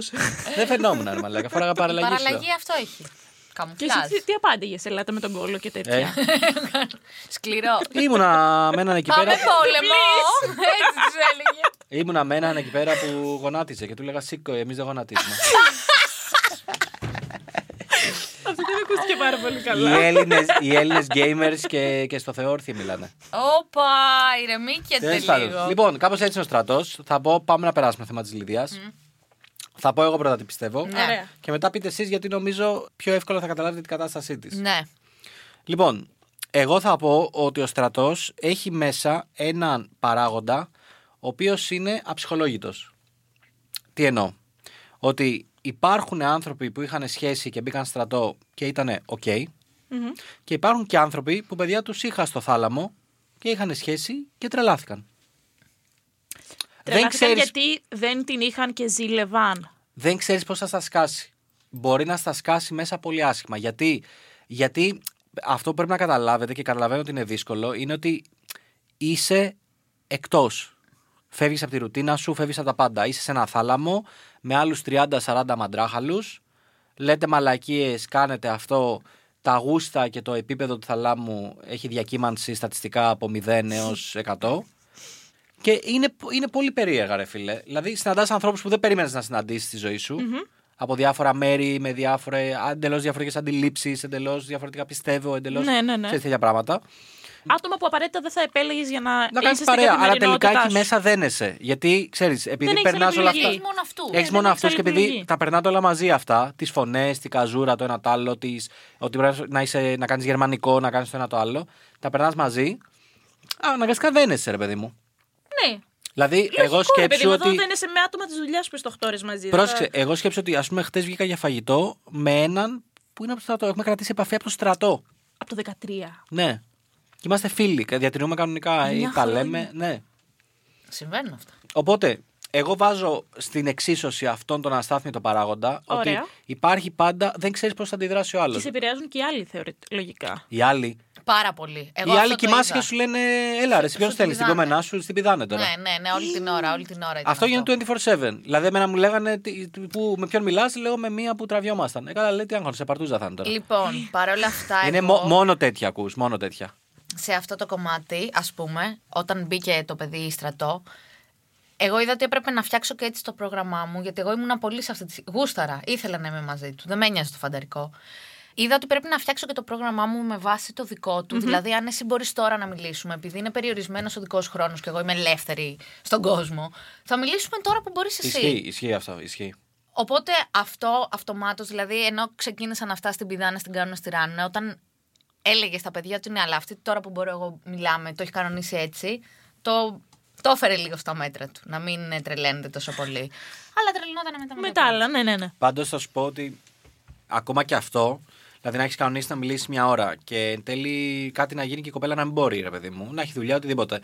[SPEAKER 1] δεν φαινόμουν, ρε μαλάκα. Φοράγα παραλλαγή. σου λέω.
[SPEAKER 3] Παραλλαγή αυτό έχει.
[SPEAKER 4] Και εσύ
[SPEAKER 3] Καμουφλάζ.
[SPEAKER 4] τι- τι απάντηγε, Ελάτε με τον κόλλο και τέτοια.
[SPEAKER 1] Ε,
[SPEAKER 3] [laughs] Σκληρό.
[SPEAKER 1] ήμουνα με έναν εκεί
[SPEAKER 3] Πάμε
[SPEAKER 1] πέρα.
[SPEAKER 3] πόλεμο. [laughs] Έτσι τους έλεγε.
[SPEAKER 1] Ήμουνα με έναν εκεί πέρα που γονάτιζε και του λέγα Σήκω, εμείς δεν γονατίζουμε.
[SPEAKER 4] Αυτό δεν ακούστηκε πάρα πολύ
[SPEAKER 1] οι
[SPEAKER 4] καλά.
[SPEAKER 1] Έλληνες, οι Έλληνες gamers και, και στο Θεόρθι μιλάνε.
[SPEAKER 3] Όπα, ηρεμήκεται
[SPEAKER 1] Τέλος πάντων.
[SPEAKER 3] λίγο.
[SPEAKER 1] Λοιπόν, κάπως έτσι είναι ο στρατός. Θα πω, πάμε να περάσουμε θέμα της Λιδία. Θα πω εγώ πρώτα τι πιστεύω.
[SPEAKER 4] Ωραία.
[SPEAKER 1] Και μετά πείτε εσείς γιατί νομίζω πιο εύκολα θα καταλάβετε την κατάστασή της.
[SPEAKER 3] Ναι.
[SPEAKER 1] Λοιπόν, εγώ θα πω ότι ο στρατός έχει μέσα έναν παράγοντα ο οποίος είναι αψυχολόγητος. Τι εννοώ. Ότι υπάρχουν άνθρωποι που είχαν σχέση και μπήκαν στρατό και ήταν οκ. Και υπάρχουν και άνθρωποι που παιδιά τους είχα στο θάλαμο και είχαν σχέση και τρελάθηκαν.
[SPEAKER 4] Τρελάθηκαν
[SPEAKER 1] ξέρεις-
[SPEAKER 4] γιατί δεν την είχαν και ζήλευαν.
[SPEAKER 1] δεν ξέρεις πώς θα στα σκάσει. Μπορεί να στα σκάσει μέσα πολύ άσχημα. Γιατί, γιατί αυτό που πρέπει να καταλάβετε και καταλαβαίνω ότι είναι δύσκολο είναι ότι είσαι εκτός. Φεύγεις από τη ρουτίνα σου, φεύγεις από τα πάντα. Είσαι σε ένα θάλαμο με άλλους 30-40 μαντράχαλους. Λέτε μαλακίες, κάνετε αυτό. Τα γούστα και το επίπεδο του θαλάμου έχει διακύμανση στατιστικά από 0 έω 100. Και είναι, είναι πολύ περίεργα, ρε φίλε. Δηλαδή, συναντάς ανθρώπους που δεν περίμενε να συναντήσεις στη ζωή σου. Από διάφορα μέρη, με διάφορε, εντελώς διαφορετικές αντιλήψεις, εντελώς διαφορετικά πιστεύω, εντελώς
[SPEAKER 4] Ναι, ναι, ναι.
[SPEAKER 1] τέτοια πράγματα.
[SPEAKER 4] Άτομα που απαραίτητα δεν θα επέλεγες για να,
[SPEAKER 1] Να κάνεις
[SPEAKER 4] είσαι
[SPEAKER 1] παρέα,
[SPEAKER 4] στην
[SPEAKER 1] αλλά τελικά
[SPEAKER 4] καθημερινότητά
[SPEAKER 1] εκεί
[SPEAKER 4] σου.
[SPEAKER 1] μέσα δένεσαι. Γιατί ξέρεις, επειδή
[SPEAKER 4] έχεις
[SPEAKER 1] περνάς
[SPEAKER 4] άλλη
[SPEAKER 1] όλα αυτά. Ε-
[SPEAKER 4] επιλογή.
[SPEAKER 5] Έχεις μόνο αυτούς.
[SPEAKER 1] Έχεις
[SPEAKER 4] δεν
[SPEAKER 1] μόνο
[SPEAKER 4] έχεις
[SPEAKER 1] αυτούς και
[SPEAKER 4] άλλη
[SPEAKER 1] επειδή
[SPEAKER 4] επιλογή.
[SPEAKER 1] τα περνάτε όλα μαζί αυτά, τις φωνές, τη καζούρα, το ένα το άλλο, τις, ότι πρέπει να, είσαι, να κάνεις γερμανικό, να κάνεις το ένα το άλλο, τα περνάς μαζί. Α, αναγκαστικά δένεσαι, ρε παιδί μου.
[SPEAKER 4] Ναι.
[SPEAKER 1] Δηλαδή, εγώ
[SPEAKER 4] Λογικό, ρε παιδί
[SPEAKER 1] σκέψω
[SPEAKER 4] μου,
[SPEAKER 1] ότι.
[SPEAKER 4] εδώ δεν είναι σε με άτομα της δουλειάς που είσαι 8 ώρε μαζί.
[SPEAKER 1] Πρόσεξε, εγώ σκέψω ότι ας πούμε χτε βγήκα για φαγητό με έναν που είναι από το στρατό. Έχουμε κρατήσει επαφή από το στρατό.
[SPEAKER 4] Από το 13.
[SPEAKER 1] Ναι. Και είμαστε φίλοι. κα- Διατηρούμε κανονικά. ή
[SPEAKER 4] Μια
[SPEAKER 1] Τα
[SPEAKER 4] χρόνια.
[SPEAKER 1] λέμε. Ναι.
[SPEAKER 5] Συμβαίνουν αυτά.
[SPEAKER 1] Οπότε, εγώ βάζω στην εξίσωση αυτόν τον αστάθμητο παράγοντα
[SPEAKER 4] Ωραία.
[SPEAKER 1] ότι υπάρχει πάντα. Δεν ξέρεις πώς θα αντιδράσει ο
[SPEAKER 4] Και
[SPEAKER 1] άλλο.
[SPEAKER 4] σε επηρεάζουν και οι άλλοι θεωρητικά. Λογικά.
[SPEAKER 3] Ναι,
[SPEAKER 1] Οι άλλοι,
[SPEAKER 3] Πάρα πολύ. Εγώ
[SPEAKER 1] οι
[SPEAKER 3] αυτό
[SPEAKER 1] άλλοι
[SPEAKER 3] το
[SPEAKER 1] κοιμάσαι
[SPEAKER 3] είδα.
[SPEAKER 1] και σου λένε Ελά, ρε, εσύ ποιο
[SPEAKER 3] σου
[SPEAKER 1] θέλει, την
[SPEAKER 3] πηδάνε.
[SPEAKER 1] κόμενά σου, στην πηδάνε τώρα.
[SPEAKER 3] Ναι, ναι, ναι, όλη την ώρα. Όλη την ώρα ήταν
[SPEAKER 1] Αυτό γίνεται 24-7. Δηλαδή, εμένα μου λέγανε τι- τι- που, με ποιον μιλάς, λέω με μία που τραβιόμασταν. Ε, καλά, λέει τι άγχος, σε παρτούζα θα είναι τώρα.
[SPEAKER 3] Λοιπόν, παρόλα αυτά.
[SPEAKER 1] Είναι
[SPEAKER 3] εγώ-
[SPEAKER 1] μο- μόνο τέτοια ακούς, μόνο τέτοια.
[SPEAKER 3] σε αυτό το κομμάτι, ας πούμε, όταν μπήκε το παιδί στρατό, εγώ είδα ότι έπρεπε να φτιάξω και έτσι το πρόγραμμά μου, γιατί εγώ ήμουν πολύ σε αυτή τη. Γούσταρα. Ήθελα να είμαι μαζί του. Δεν με ένοιαζε το φανταρικό. Είδα ότι πρέπει να φτιάξω και το πρόγραμμά μου με βάση το δικό του. Δηλαδή, αν εσύ μπορείς τώρα να μιλήσουμε, επειδή είναι περιορισμένος ο δικός χρόνος και εγώ είμαι ελεύθερη στον κόσμο, θα μιλήσουμε τώρα που μπορείς εσύ.
[SPEAKER 1] Ισχύει, ισχύει αυτό. Ισχύει.
[SPEAKER 3] Οπότε αυτό αυτομάτως, δηλαδή ενώ ξεκίνησαν αυτά στην πηδάνε, στην κάνουν, στη ράνουν, όταν έλεγες στα παιδιά ότι ναι, αλλά αυτή τώρα που μπορώ εγώ μιλάμε, το έχει κανονίσει έτσι, το, το έφερε λίγο στα μέτρα του. Να μην ε, τρελαίνεται τόσο πολύ. αλλά τρελνόταν μετά.
[SPEAKER 4] Με τα άλλα, ναι, ναι, ναι.
[SPEAKER 1] Πάντως θα σου πω ότι ακόμα και αυτό, δηλαδή να έχεις κανονίσει να μιλήσεις μια ώρα και εν τέλει κάτι να γίνει και η κοπέλα να μην μπορεί, ρε παιδί μου, να έχει δουλειά, οτιδήποτε.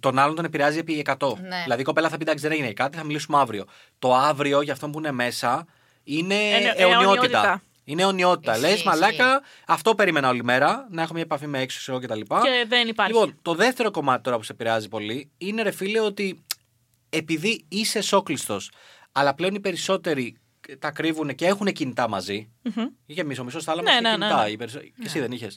[SPEAKER 1] Τον άλλον τον επηρεάζει επί 100.
[SPEAKER 3] Ναι.
[SPEAKER 1] Δηλαδή η κοπέλα θα πει εντάξει δεν έγινε κάτι, θα μιλήσουμε αύριο. Το αύριο για αυτόν που είναι μέσα είναι
[SPEAKER 4] Ε,
[SPEAKER 1] αιωνιότητα.
[SPEAKER 4] αιωνιότητα.
[SPEAKER 1] Είναι αιωνιότητα.
[SPEAKER 3] Ισχύει,
[SPEAKER 1] Λες
[SPEAKER 3] ισχύει.
[SPEAKER 1] μαλάκα, αυτό περίμενα όλη μέρα, να έχω μια επαφή με έξω ξέρω, και τα λοιπά.
[SPEAKER 4] Και δεν υπάρχει.
[SPEAKER 1] Λοιπόν, το δεύτερο κομμάτι τώρα που σε επηρεάζει πολύ είναι ρε φίλε ότι επειδή είσαι σόκλιστο, αλλά πλέον οι περισσότεροι τα κρύβουν και έχουν κινητά μαζί. Είχε μισό, μισό στα άλλα
[SPEAKER 4] Ναι,
[SPEAKER 1] μας είχε
[SPEAKER 4] ναι, ναι,
[SPEAKER 1] κινητά.
[SPEAKER 4] ναι.
[SPEAKER 1] οι περισσο- Και εσύ δεν είχε.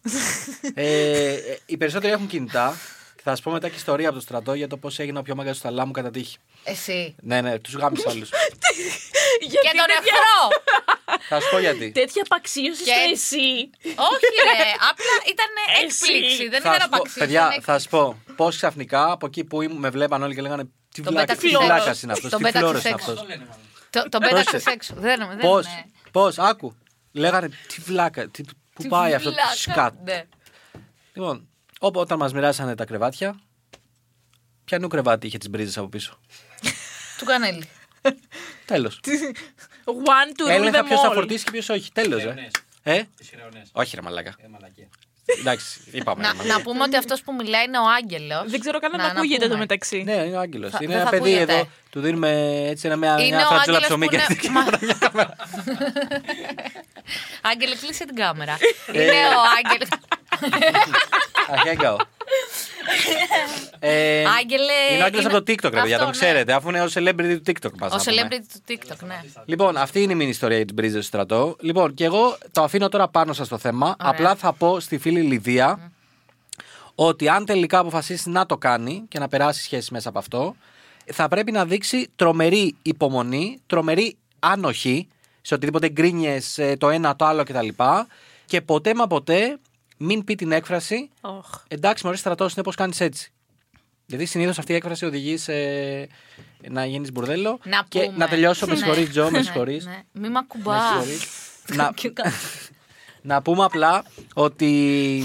[SPEAKER 1] Εννοείται, θα ε, οι περισσότεροι έχουν κινητά. Και θα σα πω μετά και ιστορία από το στρατό για το πώς έγινα ο πιο μάγκα του θαλάμου κατά τύχη.
[SPEAKER 3] Εσύ.
[SPEAKER 1] Ναι, ναι, τους γάμισα όλου.
[SPEAKER 4] Γιατί
[SPEAKER 3] Και τον
[SPEAKER 4] τέτοια-
[SPEAKER 3] εχθρό!
[SPEAKER 1] θα σου πω γιατί.
[SPEAKER 4] Τέτοια απαξίωση
[SPEAKER 3] Και-
[SPEAKER 4] στο εσύ.
[SPEAKER 3] Όχι, ρε. Απλά ήταν
[SPEAKER 4] Εσύ.
[SPEAKER 3] έκπληξη. Δεν
[SPEAKER 1] Θα
[SPEAKER 3] ήταν
[SPEAKER 1] σου πω-
[SPEAKER 3] απαξίωση.
[SPEAKER 1] Παιδιά,
[SPEAKER 3] ήταν
[SPEAKER 1] θα σου πω πώς ξαφνικά από εκεί που ήμουν- με βλέπαν όλοι και λέγανε Τι
[SPEAKER 3] Τον
[SPEAKER 1] βλάκα
[SPEAKER 3] πέταξες
[SPEAKER 1] τι
[SPEAKER 3] έξω.
[SPEAKER 1] βλάκας είναι αυτός,
[SPEAKER 3] Τον
[SPEAKER 1] τι
[SPEAKER 3] πέταξες
[SPEAKER 1] φλόρο είναι
[SPEAKER 3] έξω.
[SPEAKER 1] αυτός.
[SPEAKER 3] έκπληξη. Το- Τον πέταξε
[SPEAKER 1] Πρόσεξε.
[SPEAKER 3] έξω. Δεν δεν
[SPEAKER 1] Πώς,
[SPEAKER 3] είναι.
[SPEAKER 1] πώς, άκου. Λέγανε τι βλάκα, τι, πού
[SPEAKER 3] Τι
[SPEAKER 1] πάει αυτό,
[SPEAKER 3] βλάκα.
[SPEAKER 1] τι σκάτ.
[SPEAKER 3] Ναι.
[SPEAKER 1] Λοιπόν, όπου, όταν μας μοιράσανε τα κρεβάτια, ποιανού κρεβάτι είχε τις μπρίζες από πίσω.
[SPEAKER 3] Του κανέλη.
[SPEAKER 1] Τέλος.
[SPEAKER 4] One to rule
[SPEAKER 1] Έλεγα
[SPEAKER 4] them
[SPEAKER 1] ποιος θα
[SPEAKER 4] all.
[SPEAKER 1] φορτίσει και ποιος όχι. Τέλος. Ε. ε. Όχι, ρε Μαλάκα. Ε, Εντάξει, είπαμε.
[SPEAKER 3] Να,
[SPEAKER 1] ρε,
[SPEAKER 3] να
[SPEAKER 1] μαλάκα.
[SPEAKER 3] πούμε ότι αυτός που μιλάει είναι ο Άγγελος.
[SPEAKER 4] Δεν ξέρω καν αν ακούγεται το μεταξύ.
[SPEAKER 1] Ναι, είναι ο Άγγελος.
[SPEAKER 3] Θα-
[SPEAKER 1] Είναι
[SPEAKER 3] δεν θα
[SPEAKER 1] ένα παιδί
[SPEAKER 3] ακούγεται.
[SPEAKER 1] εδώ. Του δίνουμε έτσι ένα- μια,
[SPEAKER 3] Είναι
[SPEAKER 1] μια
[SPEAKER 3] ο
[SPEAKER 1] φρατσούλα
[SPEAKER 3] Άγγελος
[SPEAKER 1] ψωμί
[SPEAKER 3] που
[SPEAKER 1] και
[SPEAKER 3] είναι-
[SPEAKER 1] και-
[SPEAKER 3] Μα- Άγγελε, κλείσε την κάμερα.
[SPEAKER 1] Ε.
[SPEAKER 3] είναι ο Άγγελος.
[SPEAKER 1] Αχέγκαο. Ε,
[SPEAKER 3] Άγγελε,
[SPEAKER 1] Είναι ο Άγγελος
[SPEAKER 3] είναι-
[SPEAKER 1] από το TikTok, ρε παιδιά.
[SPEAKER 3] Αυτό,
[SPEAKER 1] Τον
[SPEAKER 3] ναι.
[SPEAKER 1] ξέρετε, αφού είναι ο celebrity του TikTok μας.
[SPEAKER 3] Ο celebrity του TikTok, ναι.
[SPEAKER 1] Λοιπόν, αυτή είναι η μήνυ ιστορία για τι μπρίζε του στρατό. Λοιπόν, και εγώ το αφήνω τώρα πάνω σας το θέμα. Απλά θα πω στη φίλη Λιδία ότι αν τελικά αποφασίσει να το κάνει και να περάσει σχέση μέσα από αυτό, θα πρέπει να δείξει τρομερή υπομονή, τρομερή άνοχη σε οτιδήποτε γκρίνιες το ένα, το άλλο κτλ. Και ποτέ μα ποτέ μην πει την έκφραση
[SPEAKER 4] Οχ.
[SPEAKER 1] Εντάξει, μωρέ, στρατός είναι πώ κάνεις έτσι. Γιατί συνήθως αυτή η έκφραση οδηγεί σε να γίνεις μπουρδέλο.
[SPEAKER 3] Να
[SPEAKER 1] και
[SPEAKER 3] πούμε.
[SPEAKER 1] να τελειώσω, με
[SPEAKER 3] Ναι.
[SPEAKER 1] συγχωρείς, Τζο, με
[SPEAKER 3] Ναι,
[SPEAKER 1] συγχωρείς.
[SPEAKER 3] ναι. Μη μ' ακουμπά.
[SPEAKER 1] να, να πούμε απλά ότι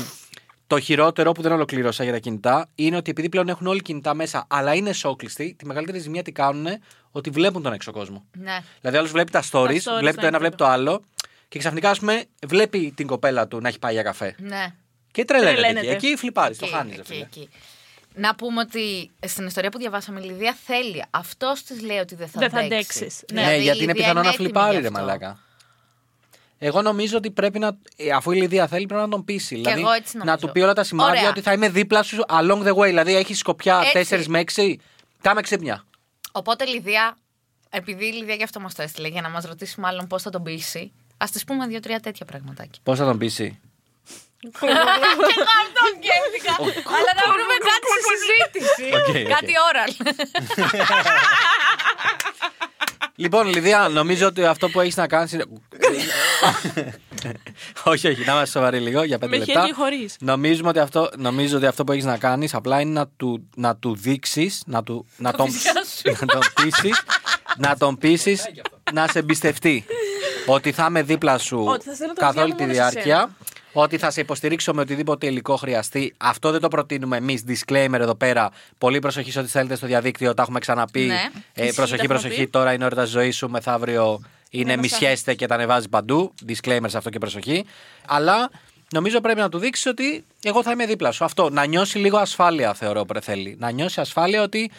[SPEAKER 1] το χειρότερο που δεν ολοκλήρωσα για τα κινητά είναι ότι επειδή πλέον έχουν όλοι κινητά μέσα, αλλά είναι σόκλειστοι, τη μεγαλύτερη ζημία τι κάνουν ότι βλέπουν τον έξω κόσμο.
[SPEAKER 3] Ναι.
[SPEAKER 1] Δηλαδή, άλλος βλέπει τα stories,
[SPEAKER 4] stories
[SPEAKER 1] βλέπει το
[SPEAKER 4] είναι
[SPEAKER 1] ένα, βλέπει το άλλο και ξαφνικά, ας πούμε, βλέπει την κοπέλα του να έχει πάει για καφέ.
[SPEAKER 3] Ναι.
[SPEAKER 1] Και τρελαίνεται.
[SPEAKER 4] Τρελαίνεται.
[SPEAKER 1] Εκεί, εκεί φλιπάρει, το
[SPEAKER 3] Εκεί,
[SPEAKER 1] χάνεις.
[SPEAKER 3] εκεί, εκεί. Να πούμε ότι στην ιστορία που διαβάσαμε, η Λιδία θέλει. Αυτός της λέει ότι δεν θα
[SPEAKER 4] Δεν θα
[SPEAKER 3] αντέξει.
[SPEAKER 4] αντέξεις.
[SPEAKER 1] Ναι,
[SPEAKER 4] Ναι.
[SPEAKER 3] Δηλαδή, η
[SPEAKER 1] γιατί είναι
[SPEAKER 3] Λιδία
[SPEAKER 1] πιθανό να
[SPEAKER 3] έτοιμη
[SPEAKER 1] φλιπάρει,
[SPEAKER 3] γι'
[SPEAKER 1] ρε
[SPEAKER 3] αυτό.
[SPEAKER 1] μαλάκα. Εγώ νομίζω ότι πρέπει να. ε, Αφού η Λιδία θέλει, πρέπει να τον πείσει. δηλαδή,
[SPEAKER 3] εγώ έτσι
[SPEAKER 1] να
[SPEAKER 3] νομίζω.
[SPEAKER 1] του πει όλα τα σημάδια
[SPEAKER 3] Ωραία.
[SPEAKER 1] ότι θα είμαι δίπλα σου along the way. Δηλαδή, έχεις σκοπιά
[SPEAKER 3] Έτσι.
[SPEAKER 1] 4 με 6. Κάμε ξύπνια.
[SPEAKER 3] Οπότε Λιδία, επειδή η Λιδία γι' αυτό μας το έστειλε, για να μας ρωτήσει μάλλον πώς θα τον πείσει, ας της πούμε δύο-τρία τέτοια πραγματάκια.
[SPEAKER 1] Πώς θα τον πείσει.
[SPEAKER 3] Αλλά να βρούμε κάτι στη
[SPEAKER 1] Οκ,
[SPEAKER 3] συζήτηση.
[SPEAKER 1] οκ.
[SPEAKER 3] Κάτι oral.
[SPEAKER 1] λοιπόν, Λιδία, νομίζω ότι αυτό που έχεις να κάνεις. όχι, όχι, να είμαστε σοβαροί λίγο για πέντε
[SPEAKER 4] Με χέρι
[SPEAKER 1] λεπτά.
[SPEAKER 4] και χωρίς.
[SPEAKER 1] Νομίζουμε ότι αυτό, νομίζω ότι αυτό που έχεις να κάνεις απλά είναι να του, να του δείξεις, να, του, να, τον, να τον πείσεις, να τον πείσεις να σε εμπιστευτεί. ότι θα είμαι δίπλα σου
[SPEAKER 4] Ότι θα στέλνω τα
[SPEAKER 1] καθ'
[SPEAKER 4] παιδιά
[SPEAKER 1] όλη
[SPEAKER 4] μου
[SPEAKER 1] τη
[SPEAKER 4] μόνο σε
[SPEAKER 1] διάρκεια. Ότι θα σε υποστηρίξω με οτιδήποτε υλικό χρειαστεί. Αυτό δεν το προτείνουμε εμείς. Disclaimer εδώ πέρα. Πολύ προσοχή σε ό,τι θέλετε στο διαδίκτυο. Τα έχουμε ξαναπεί.
[SPEAKER 3] Ναι.
[SPEAKER 1] Ε,
[SPEAKER 4] τα
[SPEAKER 1] προσοχή,
[SPEAKER 4] έχουμε
[SPEAKER 1] προσοχή.
[SPEAKER 4] πει.
[SPEAKER 1] Τώρα είναι ώρα της ζωής σου. Μεθαύριο είναι μισιέστε και τα ανεβάζει παντού. Disclaimer σε αυτό και προσοχή. Αλλά νομίζω πρέπει να του δείξεις ότι εγώ θα είμαι δίπλα σου. Αυτό. Να νιώσει λίγο ασφάλεια, θεωρώ, πρε- θέλει. Να νιώσει ασφάλεια ότι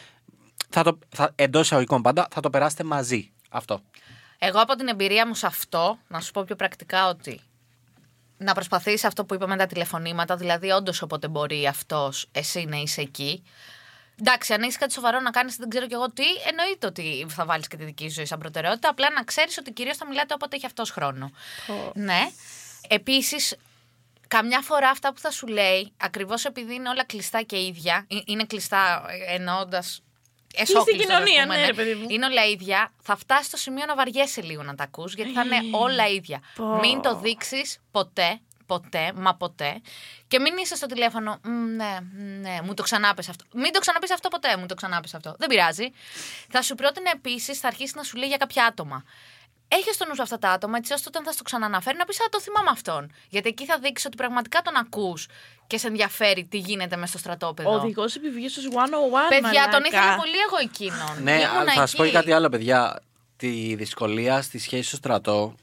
[SPEAKER 1] θα το, θα, εντός εισαγωγικών πάντα θα το περάσετε μαζί. Αυτό.
[SPEAKER 3] Εγώ από την εμπειρία μου σε αυτό, να σου πω πιο πρακτικά ότι να προσπαθείς αυτό που είπαμε τα τηλεφωνήματα, δηλαδή όντως όποτε μπορεί αυτός, εσύ να είσαι εκεί. Εντάξει, αν έχει κάτι σοβαρό να κάνεις, δεν ξέρω κι εγώ τι, εννοείται ότι θα βάλεις και τη δική σου ζωή σαν προτεραιότητα. Απλά να ξέρεις ότι κυρίως θα μιλάτε όποτε έχει αυτός χρόνο. Ναι. Επίσης, καμιά φορά αυτά που θα σου λέει, ακριβώς επειδή είναι όλα κλειστά και ίδια, ε- είναι κλειστά εννοώντας.
[SPEAKER 4] κοινωνία, ναι, ρε παιδί μου.
[SPEAKER 3] Είναι όλα ίδια. Θα φτάσει στο σημείο να βαριέσαι λίγο να τα ακούς, γιατί θα είναι όλα ίδια. Μην το δείξεις ποτέ, ποτέ, μα ποτέ. Και μην είσαι στο τηλέφωνο. «Μ, Ναι, ναι, μου το ξανάπες αυτό. Μην το ξαναπείς αυτό ποτέ, μου το ξανάπες αυτό. Δεν πειράζει. Θα σου πρότεινε επίσης, θα αρχίσει να σου λέει για κάποια άτομα. Έχεις στο νου σου αυτά τα άτομα, έτσι ώστε όταν θα στο ξαναναφέρει να πεις Α, το θυμάμαι αυτόν. Γιατί εκεί θα δείξει ότι πραγματικά τον ακούς και σε ενδιαφέρει τι γίνεται μες στο στρατόπεδο.
[SPEAKER 4] Οδηγό επιβίωση 101.
[SPEAKER 3] Παιδιά, τον
[SPEAKER 4] μαλάκα.
[SPEAKER 3] ήθελα πολύ εγώ εκείνον.
[SPEAKER 1] Ναι,
[SPEAKER 3] Ήμουνα
[SPEAKER 1] αλλά θα σα πω και
[SPEAKER 3] εκεί.
[SPEAKER 1] κάτι άλλο, παιδιά. Τη δυσκολία στη σχέση στο στρατό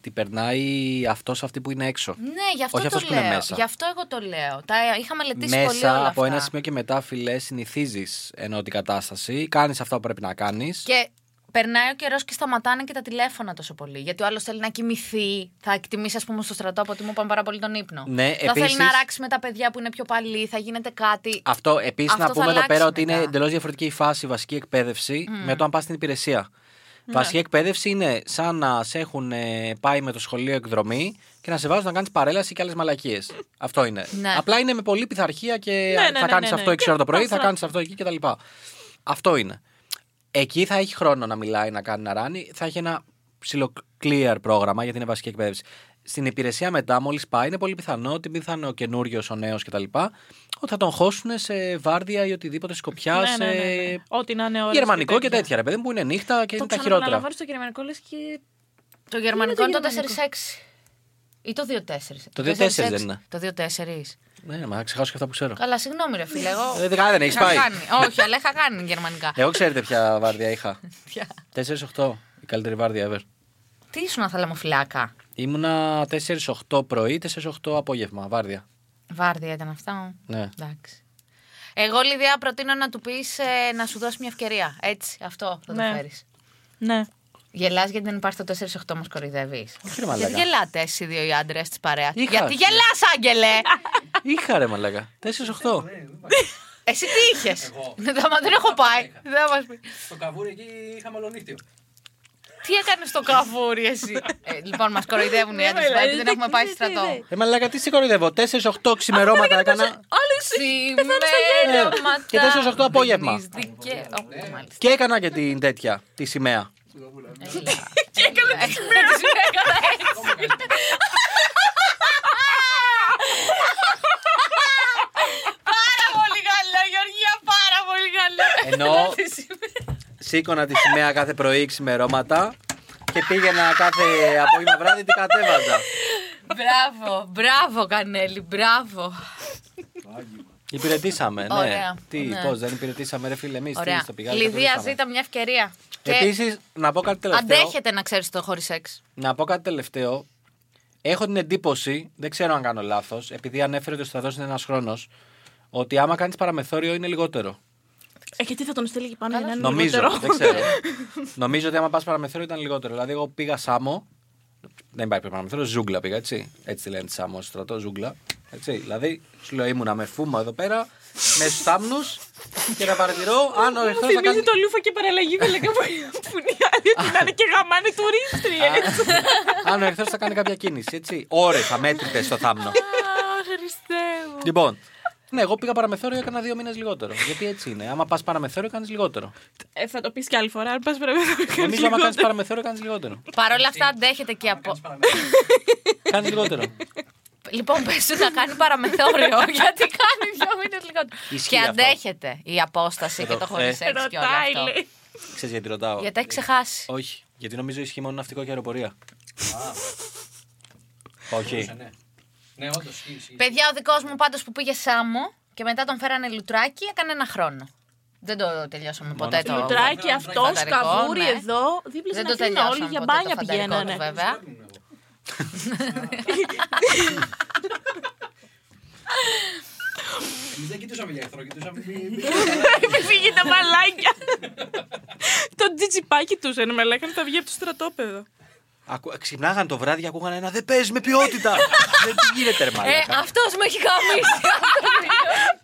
[SPEAKER 1] την περνάει αυτός αυτή που είναι έξω.
[SPEAKER 3] Ναι, γι' αυτό
[SPEAKER 1] Όχι
[SPEAKER 3] το
[SPEAKER 1] αυτός που
[SPEAKER 3] λέω.
[SPEAKER 1] είναι μέσα.
[SPEAKER 3] Γι' αυτό εγώ το λέω. Τα είχα μελετήσει πολύ όλα
[SPEAKER 1] Μέσα από
[SPEAKER 3] αυτά.
[SPEAKER 1] ένα σημείο και μετά, φιλέ, συνηθίζεις ενώ την κατάσταση. Κάνεις αυτά που πρέπει να κάνεις.
[SPEAKER 3] Και περνάει ο καιρός και σταματάνε και τα τηλέφωνα τόσο πολύ. Γιατί ο άλλος θέλει να κοιμηθεί. Θα εκτιμήσει, ας πούμε, στο στρατό από ότι μου είπαν πάρα πολύ τον ύπνο.
[SPEAKER 1] Ναι,
[SPEAKER 3] θα
[SPEAKER 1] επίσης-
[SPEAKER 3] θέλει να ράξει με τα παιδιά που είναι πιο παλιοί, θα γίνεται κάτι.
[SPEAKER 1] Αυτό επίσης
[SPEAKER 3] Αυτό
[SPEAKER 1] να
[SPEAKER 3] θα
[SPEAKER 1] πούμε εδώ
[SPEAKER 3] αλλάξει
[SPEAKER 1] πέρα ότι είναι
[SPEAKER 3] μετά.
[SPEAKER 1] εντελώς διαφορετική η φάση η βασική εκπαίδευση με το αν πας στην υπηρεσία. Βασική εκπαίδευση είναι σαν να σε έχουν ε, πάει με το σχολείο εκδρομή και να σε βάζουν να κάνεις παρέλαση και άλλες μαλακίες. αυτό είναι.
[SPEAKER 3] Ναι.
[SPEAKER 1] Απλά είναι με πολλή πειθαρχία και
[SPEAKER 4] ναι, ναι,
[SPEAKER 1] θα κάνεις
[SPEAKER 4] ναι, ναι.
[SPEAKER 1] αυτό 6 ώρα το πρωί, θα
[SPEAKER 4] Άστρα.
[SPEAKER 1] κάνεις αυτό εκεί κτλ. Αυτό είναι. Εκεί θα έχει χρόνο να μιλάει, να κάνει να ράνει. Θα έχει ένα ψηλό clear πρόγραμμα γιατί είναι βασική εκπαίδευση. Στην υπηρεσία μετά, μόλις πάει, είναι πολύ πιθανό ότι μην θα είναι ο καινούριος, ο νέος κτλ. Ότι θα τον χώσουν σε βάρδια ή οτιδήποτε σκοπιά.
[SPEAKER 4] Ναι, ναι, ναι,
[SPEAKER 1] σε...
[SPEAKER 4] ναι. Ό,τι να είναι ώρες
[SPEAKER 1] Γερμανικό και
[SPEAKER 4] τέτοια.
[SPEAKER 1] τέτοια, ρε παιδί μου, που είναι νύχτα και
[SPEAKER 4] Το
[SPEAKER 1] είναι τα χειρότερα.
[SPEAKER 4] ξαναπαναλαμβάνω στο γερμανικό λες και.
[SPEAKER 3] Το γερμανικό
[SPEAKER 4] είναι
[SPEAKER 3] είναι
[SPEAKER 4] το
[SPEAKER 3] το
[SPEAKER 4] γερμανικό?
[SPEAKER 3] 4-6. Ή το 2-4.
[SPEAKER 1] Το 2-4 δεν είναι.
[SPEAKER 3] Το 2-4.
[SPEAKER 1] Ναι, μα θα ξεχάσω και αυτά που ξέρω.
[SPEAKER 3] Καλά, συγγνώμη, ρε φίλε. Εγώ.
[SPEAKER 1] Ε, Καλά, δεν έχεις
[SPEAKER 3] είχα
[SPEAKER 1] πάει.
[SPEAKER 3] κάνει. Όχι, αλλά είχα κάνει γερμανικά.
[SPEAKER 1] Εγώ ξέρετε ποια βάρδια
[SPEAKER 4] [laughs]
[SPEAKER 1] είχα. 4-8, η καλύτερη βάρδια ever.
[SPEAKER 3] Τι ήσουν θαλαμοφυλάκα.
[SPEAKER 1] Ήμουνα 4-8 πρωί, 4-8 απόγευμα, βάρδια.
[SPEAKER 3] Βάρδια ήταν αυτά.
[SPEAKER 4] [laughs]
[SPEAKER 1] Ναι.
[SPEAKER 3] Εντάξει. Εγώ, Λιδία, προτείνω να του πεις να σου δώσει μια ευκαιρία. Έτσι, αυτό θα
[SPEAKER 4] Ναι.
[SPEAKER 3] το φέρεις.
[SPEAKER 4] Ναι.
[SPEAKER 3] Γελάς γιατί δεν υπάρχει το 4-8, μας κοροϊδεύεις.
[SPEAKER 1] Όχι, ρε μαλάκα.
[SPEAKER 3] Γιατί γελάτε εσύ οι δύο οι άντρες της παρέας.
[SPEAKER 1] Είχα,
[SPEAKER 3] Γιατί
[SPEAKER 1] ρε.
[SPEAKER 3] γελάς, Άγγελε!
[SPEAKER 1] Είχα ρε μαλάκα. 4-8.
[SPEAKER 3] εσύ τι είχες. δεν, θα- δεν έχω πάει. δεν θα μας πει.
[SPEAKER 6] Στο καβούρι εκεί είχα μολονύχτιο.
[SPEAKER 3] Τι έκανες στο καβούρι,
[SPEAKER 1] [laughs]
[SPEAKER 3] εσύ. Ε, λοιπόν, μας κοροϊδεύουν οι άντρε επειδή δεν έχουμε πάει στρατό.
[SPEAKER 1] Ε, μαλάκα, τι σε κοροϊδεύω. 4-8 ξημερώματα έκανα.
[SPEAKER 3] Σήμερα.
[SPEAKER 1] Ε, Και 4-8 απόγευμα. Ναι.
[SPEAKER 3] Δικαίωμα, μάλιστα.
[SPEAKER 1] Και έκανα και την τέτοια, τη σημαία.
[SPEAKER 3] Και έκανε τη σημαία της έκανα έτσι. Πάρα πολύ καλό, Γεωργία, πάρα πολύ καλό.
[SPEAKER 1] Ενώ σήκωνα τη σημαία κάθε πρωί ξημερώματα και πήγαινα κάθε απόγευμα βράδυ την κατέβαζα.
[SPEAKER 3] Ε, Μπράβο, μπράβο, Κανέλη, μπράβο.
[SPEAKER 1] Υπηρετήσαμε, ναι.
[SPEAKER 3] Ωραία.
[SPEAKER 1] Τι,
[SPEAKER 3] Ναι.
[SPEAKER 1] πώς, δεν υπηρετήσαμε, ρε φίλε, εμείς. Τι,
[SPEAKER 3] Ωραία.
[SPEAKER 1] στο πηγάδι.
[SPEAKER 3] Λιδία,
[SPEAKER 1] καθορίσαμε.
[SPEAKER 3] ζήτα μια ευκαιρία. Και
[SPEAKER 1] Επίσης, να πω κάτι τελευταίο.
[SPEAKER 3] αντέχετε να ξέρει το χωρίς σεξ.
[SPEAKER 1] Να πω κάτι τελευταίο. Έχω την εντύπωση, δεν ξέρω αν κάνω λάθος, επειδή ανέφερε ότι ο στρατό είναι ένας χρόνος, ότι άμα κάνεις παραμεθόριο είναι λιγότερο.
[SPEAKER 4] Ε, γιατί θα τον στέλνει και πάνω για να είναι
[SPEAKER 1] Νομίζω,
[SPEAKER 4] λιγότερο.
[SPEAKER 1] Ναι. δεν ξέρω. Νομίζω ότι άμα πας παραμεθόριο ήταν λιγότερο. Δηλαδή, εγώ πήγα Σάμο, Δεν υπάρχει παραμεθόρο, ζούγκλα πήγα, έτσι. Έτσι τη λένε τη Σάμο στρατό, ζούγκλα. Έτσι. Δηλαδή, σου λέω ήμουνα με φούμα εδώ πέρα, με στου θάμνου και να παρατηρώ αν ο
[SPEAKER 4] Μου
[SPEAKER 1] εχθρό θα
[SPEAKER 4] θυμίζει
[SPEAKER 1] κάνει.
[SPEAKER 4] το λούφα και παραλλαγή με λέγα που είναι οι άλλοι ότι να είναι και γαμάνε τουρίστριες.
[SPEAKER 1] αν ο εχθρό θα κάνει κάποια κίνηση, έτσι. Ωρε, αμέτρητες στο θάμνο.
[SPEAKER 4] Χριστέ μου.
[SPEAKER 1] λοιπόν, ναι, εγώ πήγα παραμεθόριο, έκανα δύο μήνες λιγότερο. Γιατί έτσι είναι. Άμα πας παραμεθόριο, κάνεις λιγότερο.
[SPEAKER 4] Ε, θα το πεις κι άλλη φορά, αν πας πρέπει να το κάνεις
[SPEAKER 1] Νομίζω, άμα κάνεις
[SPEAKER 4] λιγότερο.
[SPEAKER 1] παραμεθόριο, κάνεις λιγότερο.
[SPEAKER 3] Παρ' όλα αυτά αντέχετε και από.
[SPEAKER 1] κάνει λιγότερο.
[SPEAKER 3] Λοιπόν, πες του να κάνει παραμεθόριο,
[SPEAKER 1] [laughs]
[SPEAKER 3] γιατί κάνει δύο μήνες λιγότερο.
[SPEAKER 1] Ισχύει
[SPEAKER 3] Και
[SPEAKER 1] αυτό.
[SPEAKER 3] αντέχεται η απόσταση και το χωρίς
[SPEAKER 1] ε.
[SPEAKER 3] σεξ και όλο
[SPEAKER 4] Ρωτάει,
[SPEAKER 3] αυτό.
[SPEAKER 4] λέει.
[SPEAKER 1] Ξέρεις γιατί ρωτάω.
[SPEAKER 3] Γιατί τα έχει ξεχάσει.
[SPEAKER 1] Όχι, γιατί νομίζω ισχύει μόνο ναυτικό και αεροπορία. Όχι.
[SPEAKER 6] Ναι, όντως ισχύει.
[SPEAKER 3] Παιδιά, ο δικός μου πάντως που πήγε Σάμο και μετά τον φέρανε λουτράκι, έκανε ένα χρόνο. Δεν το τελειώσαμε ποτέ Ε, το.
[SPEAKER 4] Λουτράκι αυτός,
[SPEAKER 3] φανταρικό,
[SPEAKER 4] καβούρι
[SPEAKER 3] ναι.
[SPEAKER 4] εδώ. Δίπλα
[SPEAKER 3] Δεν
[SPEAKER 4] στην
[SPEAKER 3] το
[SPEAKER 4] Αθήνα
[SPEAKER 3] τελειώσαμε
[SPEAKER 4] όλοι για
[SPEAKER 3] ποτέ
[SPEAKER 4] μπάνια ναι,
[SPEAKER 3] το φανταρικό του,
[SPEAKER 4] πηγαίνανε. [laughs]
[SPEAKER 3] βέβαια.
[SPEAKER 6] Εμείς δεν κοιτούσαμε για εχθρό, κοιτούσαμε.
[SPEAKER 4] Φύγει τα μαλάκια. Το τζιτζιπάκι τους δεν με λέγανε, θα βγει από το στρατόπεδο.
[SPEAKER 1] Ακου... Ξυπνάγαν το βράδυ, ακούγανε ένα Δεν παίζεις με ποιότητα! [laughs] δεν τι γίνεται, ρε
[SPEAKER 3] Ε,
[SPEAKER 1] μαλάκα.
[SPEAKER 3] αυτό με έχει
[SPEAKER 4] [laughs]
[SPEAKER 3] γαμίσει.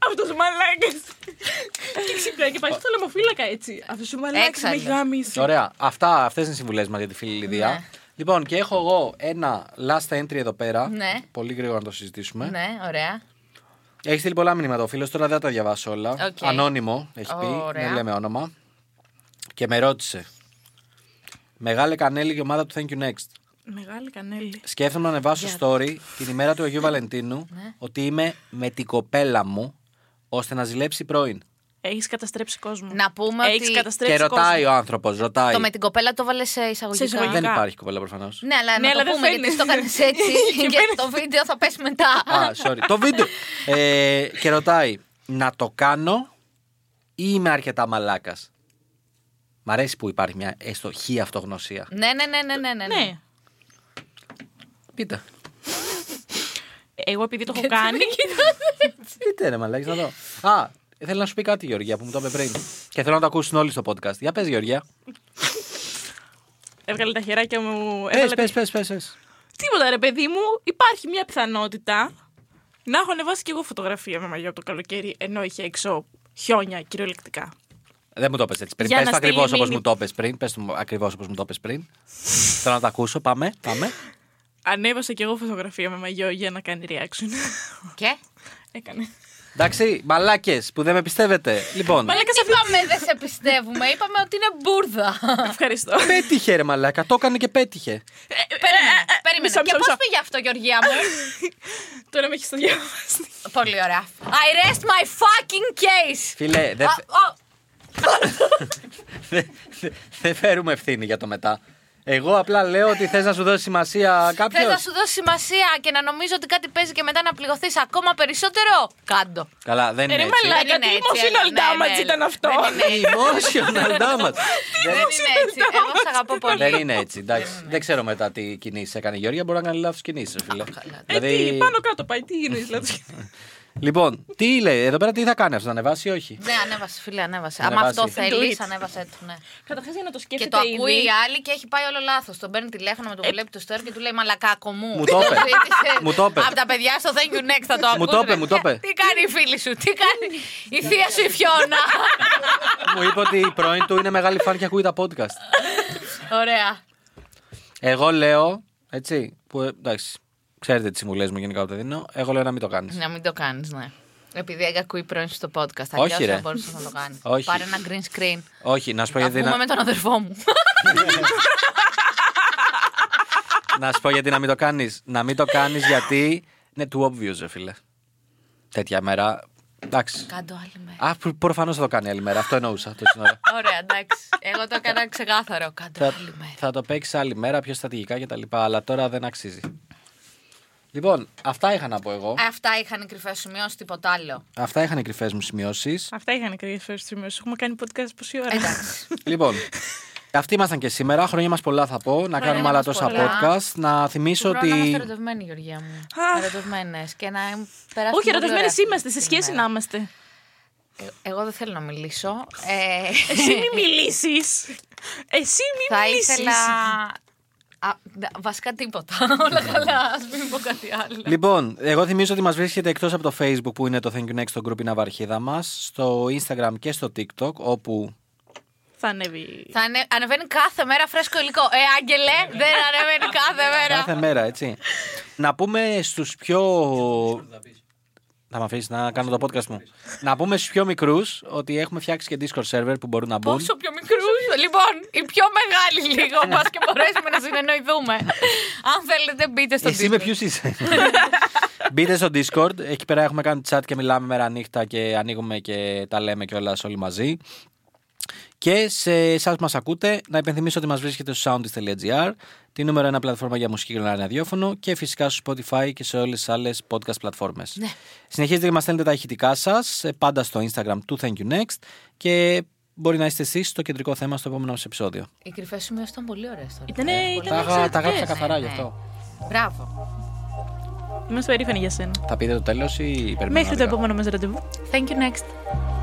[SPEAKER 4] Αυτό ο μαλάκας. Και ξυπνάει και πάει στο λαιμοφύλακα έτσι. Αυτός ο μαλάκας με
[SPEAKER 3] Έξαλλος.
[SPEAKER 4] γάμισε.
[SPEAKER 1] Ωραία. Αυτά αυτές είναι οι συμβουλές μας για τη φίλη Λιδία.
[SPEAKER 3] Ναι.
[SPEAKER 1] Λοιπόν, και έχω εγώ ένα last entry εδώ πέρα.
[SPEAKER 3] Ναι.
[SPEAKER 1] Πολύ γρήγορα να το συζητήσουμε.
[SPEAKER 3] Ναι, ωραία.
[SPEAKER 1] Έχεις στείλει πολλά μηνύματα ο φίλο, τώρα δεν θα τα διαβάσω όλα.
[SPEAKER 3] Οκ.
[SPEAKER 1] Ανώνυμο έχει πει,
[SPEAKER 3] Ωραία.
[SPEAKER 1] δεν λέμε όνομα. Και με ρώτησε. Μεγάλε κανέλη και ομάδα του Thank you next.
[SPEAKER 4] Μεγάλη κανέλη.
[SPEAKER 1] Σκέφτομαι να ανεβάσω story την ημέρα του Αγίου Βαλεντίνου ότι είμαι με την κοπέλα μου ώστε να ζηλέψει πρώην.
[SPEAKER 4] Έχεις καταστρέψει κόσμο.
[SPEAKER 3] Να πούμε
[SPEAKER 4] Έχεις
[SPEAKER 3] ότι-
[SPEAKER 4] καταστρέψει
[SPEAKER 1] και ρωτάει
[SPEAKER 4] κόσμο.
[SPEAKER 1] ο άνθρωπος, ρωτάει.
[SPEAKER 3] Το με την κοπέλα το βάλες σε εισαγωγικά.
[SPEAKER 4] Σε εισαγωγικά.
[SPEAKER 1] Δεν υπάρχει κοπέλα προφανώς.
[SPEAKER 3] Ναι, αλλά
[SPEAKER 4] Ναι,
[SPEAKER 3] να
[SPEAKER 4] αλλά
[SPEAKER 3] το
[SPEAKER 4] δεν
[SPEAKER 3] πούμε γιατί
[SPEAKER 4] φαίνεται.
[SPEAKER 3] εσύ το κάνεις
[SPEAKER 4] [laughs]
[SPEAKER 3] έτσι και το βίντεο θα πέσει μετά.
[SPEAKER 1] Α, sorry. το βίντεο. Ε, και ρωτάει, να το κάνω ή είμαι αρκετά μαλάκας. Μ' αρέσει που υπάρχει μια έστω χή αυτογνωσία.
[SPEAKER 3] Ναι, ναι, ναι, ναι, ναι, ναι.
[SPEAKER 4] Ναι.
[SPEAKER 1] Πείτε.
[SPEAKER 4] Εγώ επειδή το έχω κάνει.
[SPEAKER 1] Πείτε ρε μαλάκα, να δω. Α, θέλω να σου πει κάτι Γεωργία που μου το είπε πριν. Και θέλω να το ακούσουν όλοι στο podcast. Για πες Γεωργία.
[SPEAKER 4] Έβγαλε τα χεράκια μου.
[SPEAKER 1] Πες,
[SPEAKER 4] έβαλε τα-
[SPEAKER 1] πες, πες, πες, πες.
[SPEAKER 4] Τίποτα ρε παιδί μου. Υπάρχει μια πιθανότητα να έχω ανεβάσει κι εγώ φωτογραφία με μαγιά από το καλοκαίρι ενώ είχε έξω χιόνια κυριολεκτικά.
[SPEAKER 1] Δεν μου το πες έτσι πριν.
[SPEAKER 4] Για
[SPEAKER 1] Πες
[SPEAKER 4] να
[SPEAKER 1] το
[SPEAKER 4] στείλει
[SPEAKER 1] ακριβώς όπως
[SPEAKER 4] μήνυμα.
[SPEAKER 1] μου το πες πριν. Πες το ακριβώς όπως μου το πες πριν. Θέλω να το ακούσω. Πάμε, πάμε.
[SPEAKER 4] Ανέβασα κι εγώ φωτογραφία με μαγιό για να κάνει reaction. [laughs]
[SPEAKER 3] Και.
[SPEAKER 4] Έκανε.
[SPEAKER 1] Εντάξει, μαλάκες που δεν με πιστεύετε. Λοιπόν,
[SPEAKER 4] Μαλάκα σε
[SPEAKER 3] Είπαμε δεν σε πιστεύουμε, είπαμε ότι είναι μπουρδα. [laughs]
[SPEAKER 4] Ευχαριστώ.
[SPEAKER 1] πέτυχε ρε μαλάκα. Το έκανε και πέτυχε.
[SPEAKER 3] [laughs] Περίμενε,
[SPEAKER 4] Ε, μισό,
[SPEAKER 3] περίμενε. Και
[SPEAKER 4] μισό,
[SPEAKER 3] πώς
[SPEAKER 4] μισό.
[SPEAKER 3] πήγε αυτό Γεωργία μου.
[SPEAKER 4] [laughs] Τώρα με έχεις το διαβάσει.
[SPEAKER 3] Πολύ ωραία. I rest my fucking case.
[SPEAKER 1] Φίλε, δεν
[SPEAKER 3] Α,
[SPEAKER 1] φε-
[SPEAKER 3] α,
[SPEAKER 1] δεν- δεν- δεν φέρουμε ευθύνη για το μετά. Εγώ απλά λέω ότι θες να σου δώσει σημασία κάποιος.
[SPEAKER 3] Θες να σου δώσει σημασία και να νομίζω ότι κάτι παίζει και μετά να πληγωθείς ακόμα περισσότερο. Κάντο.
[SPEAKER 1] Καλά, δεν είναι
[SPEAKER 4] Ε, Ρε
[SPEAKER 1] έτσι.
[SPEAKER 4] μαλάκα,
[SPEAKER 3] Δεν
[SPEAKER 4] τι
[SPEAKER 3] είναι ναι, έτσι,
[SPEAKER 4] emotional
[SPEAKER 3] Έλενα, ναι,
[SPEAKER 4] damage
[SPEAKER 3] ναι,
[SPEAKER 4] ήταν
[SPEAKER 3] Έλενα.
[SPEAKER 4] αυτό.
[SPEAKER 1] Emotional
[SPEAKER 4] [laughs]
[SPEAKER 1] damage.
[SPEAKER 3] Δεν
[SPEAKER 1] Δεν-
[SPEAKER 3] είναι έτσι. Εγώ σ' αγαπώ πολύ.
[SPEAKER 1] Δεν είναι έτσι, εντάξει. Δεν ξέρω μετά τι κινήσεις έκανε η Γεωργία. Μπορεί να κάνει λάθος κινήσεις, φίλε. Δηλαδή,
[SPEAKER 4] Ε, τι, πάνω κάτω πάει, τι είναι [laughs] δηλαδή.
[SPEAKER 1] Λοιπόν, τι λέει, εδώ πέρα τι θα κάνει αυτός, να ανεβάσει ή όχι.
[SPEAKER 3] Ναι, ανέβασε, φίλε, ανέβασε.
[SPEAKER 1] Ανεβάσει.
[SPEAKER 3] Άμα αυτό
[SPEAKER 4] Do
[SPEAKER 3] θέλεις,
[SPEAKER 4] it.
[SPEAKER 3] ανέβασε το, ναι.
[SPEAKER 4] Καταρχάς για να το
[SPEAKER 3] Και
[SPEAKER 4] σκέφτεται
[SPEAKER 3] το ακούει
[SPEAKER 4] ήδη.
[SPEAKER 3] η άλλη και έχει πάει όλο λάθος. Τον παίρνει τηλέφωνο με το που βλέπει το story και του λέει Μαλακάκο μου.
[SPEAKER 1] Ε, Μου το είπε. Μου το είπε.
[SPEAKER 3] Από τα παιδιά στο thank you next θα το ακούσει.
[SPEAKER 1] Μου το είπε, μου το είπε.
[SPEAKER 3] Τι κάνει η φίλη σου, τι κάνει η θεία σου η
[SPEAKER 1] [laughs]
[SPEAKER 3] Φιώνα.
[SPEAKER 1] Μου είπε ότι η πρώην του είναι μεγάλη φαν και ακούει τα podcast.
[SPEAKER 3] Ωραία.
[SPEAKER 1] Εγώ λέω, έτσι, που ε, εντάξει, ξέρετε τις συμβουλές μου γενικά όταν δίνω, εγώ λέω να μην το κάνεις.
[SPEAKER 3] Να μην το κάνεις, ναι. Επειδή ακούει πρώην σου στο podcast, θα
[SPEAKER 1] Όχι, ρε.
[SPEAKER 3] δεν μπορούσες να το κάνεις.
[SPEAKER 1] Όχι. Ε,
[SPEAKER 3] Πάρε ένα green screen.
[SPEAKER 1] Όχι, να σου πω
[SPEAKER 3] Θα
[SPEAKER 1] γιατί.
[SPEAKER 3] πούμε
[SPEAKER 1] Να,
[SPEAKER 3] με τον αδερφό μου.
[SPEAKER 1] να σου πω γιατί να μην το κάνεις. Να μην το κάνεις γιατί είναι too obvious, ρε φίλε. Τέτοια μέρα. Εντάξει.
[SPEAKER 3] [laughs] Κάντο άλλη μέρα.
[SPEAKER 1] Α, προφανώς θα το κάνει άλλη μέρα. Αυτό εννοούσα. τόση ώρα.
[SPEAKER 3] Ωραία, εντάξει. Εγώ το έκανα ξεκάθαρο. Κάντο
[SPEAKER 1] θα,
[SPEAKER 3] άλλη μέρα.
[SPEAKER 1] θα το παίξεις άλλη μέρα, πιο στρατηγικά κτλ. Αλλά τώρα δεν αξίζει. Λοιπόν, αυτά είχα να πω εγώ.
[SPEAKER 3] Ε, Αυτά είχαν κρυφές σημειώσεις, τίποτα άλλο.
[SPEAKER 1] Αυτά είχαν οι κρυφές μου σημειώσεις.
[SPEAKER 4] Αυτά είχαν κρυφέ σημείε. Έχουμε κάνει podcast πόση ώρα.
[SPEAKER 3] Εντάξει.
[SPEAKER 1] [laughs] λοιπόν, αυτοί ήμασταν και σήμερα. Χρόνια μας πολλά θα πω. Να κάνουμε άλλα
[SPEAKER 3] μας
[SPEAKER 1] τόσα
[SPEAKER 3] πολλά.
[SPEAKER 1] podcast. Να θυμίσω
[SPEAKER 3] Του χρόνου να
[SPEAKER 1] ότι.
[SPEAKER 3] είμαστε ερωτευμένοι, Γεωργία μου.
[SPEAKER 4] Αχ.
[SPEAKER 3] Ερωτευμένες. Και να περάσουμε.
[SPEAKER 4] Όχι,
[SPEAKER 3] πολύ
[SPEAKER 4] ερωτευμένε
[SPEAKER 3] ωραία
[SPEAKER 4] είμαστε. Σε
[SPEAKER 3] αυτή τη
[SPEAKER 4] σχέση να
[SPEAKER 3] μέρα.
[SPEAKER 4] είμαστε.
[SPEAKER 3] Εγώ δεν θέλω να μιλήσω. Ε,
[SPEAKER 4] Εσύ μη μιλήσεις. Εσύ μη
[SPEAKER 3] θα
[SPEAKER 4] μιλήσεις.
[SPEAKER 3] ήθελα Α, δα- βασικά τίποτα. [laughs] Όλα καλά. Ας μην πω κάτι άλλο.
[SPEAKER 1] Λοιπόν, εγώ θυμίζω ότι μας βρίσκεται εκτός από το Facebook που είναι το Thank you Next, το group η ναυαρχίδα μας, στο Instagram και στο TikTok, όπου
[SPEAKER 4] Θα ανέβει.
[SPEAKER 3] Θα ανε- ανεβαίνει κάθε μέρα φρέσκο υλικό. Ε, Άγγελε, δεν ανεβαίνει κάθε
[SPEAKER 1] κάθε
[SPEAKER 3] μέρα.
[SPEAKER 1] μέρα, έτσι. να πούμε στους πιο.
[SPEAKER 6] Θα πεις.
[SPEAKER 1] Θα με αφήσεις να κάνω το podcast μου. να πούμε στους πιο μικρούς ότι έχουμε φτιάξει και Discord server που μπορούν να μπουν.
[SPEAKER 3] Πόσο πιο μικρούς. Λοιπόν, οι πιο μεγάλοι λίγο. Πα και μπορέσουμε να συνεννοηθούμε. Αν θέλετε, μπείτε στο
[SPEAKER 1] Εσύ με
[SPEAKER 3] Discord.
[SPEAKER 1] ποιους είσαι. [laughs] Μπείτε στο Discord. Εκεί πέρα έχουμε κάνει chat και μιλάμε μέρα νύχτα και ανοίγουμε και τα λέμε κιόλας όλοι μαζί. Και σε εσάς που μας ακούτε, να υπενθυμίσω ότι μας βρίσκεται στο soundist.gr, την νούμερο ένα πλατφόρμα για μουσική και ραδιόφωνο και φυσικά στο Spotify και σε όλες τις άλλες podcast πλατφόρμες.
[SPEAKER 3] Ναι.
[SPEAKER 1] Συνεχίζετε και μας στέλνετε τα ηχητικά σας πάντα στο Instagram του Thank you Next και μπορεί να είστε εσείς το κεντρικό θέμα στο επόμενο μας επεισόδιο.
[SPEAKER 3] Οι κρυφές σου μέρε ήταν πολύ ωραίες τώρα.
[SPEAKER 4] Ήταν.
[SPEAKER 1] Τα, γα- τα γράψα
[SPEAKER 3] ναι,
[SPEAKER 1] καθαρά
[SPEAKER 3] ναι.
[SPEAKER 1] γι' αυτό.
[SPEAKER 3] Μπράβο.
[SPEAKER 4] Είμαστε περήφανοι για σένα.
[SPEAKER 1] Θα πείτε το τέλος ή περιμένουμε.
[SPEAKER 4] Μέχρι το
[SPEAKER 1] αργά?
[SPEAKER 4] επόμενο μας ραντεβού.
[SPEAKER 3] Thank you next.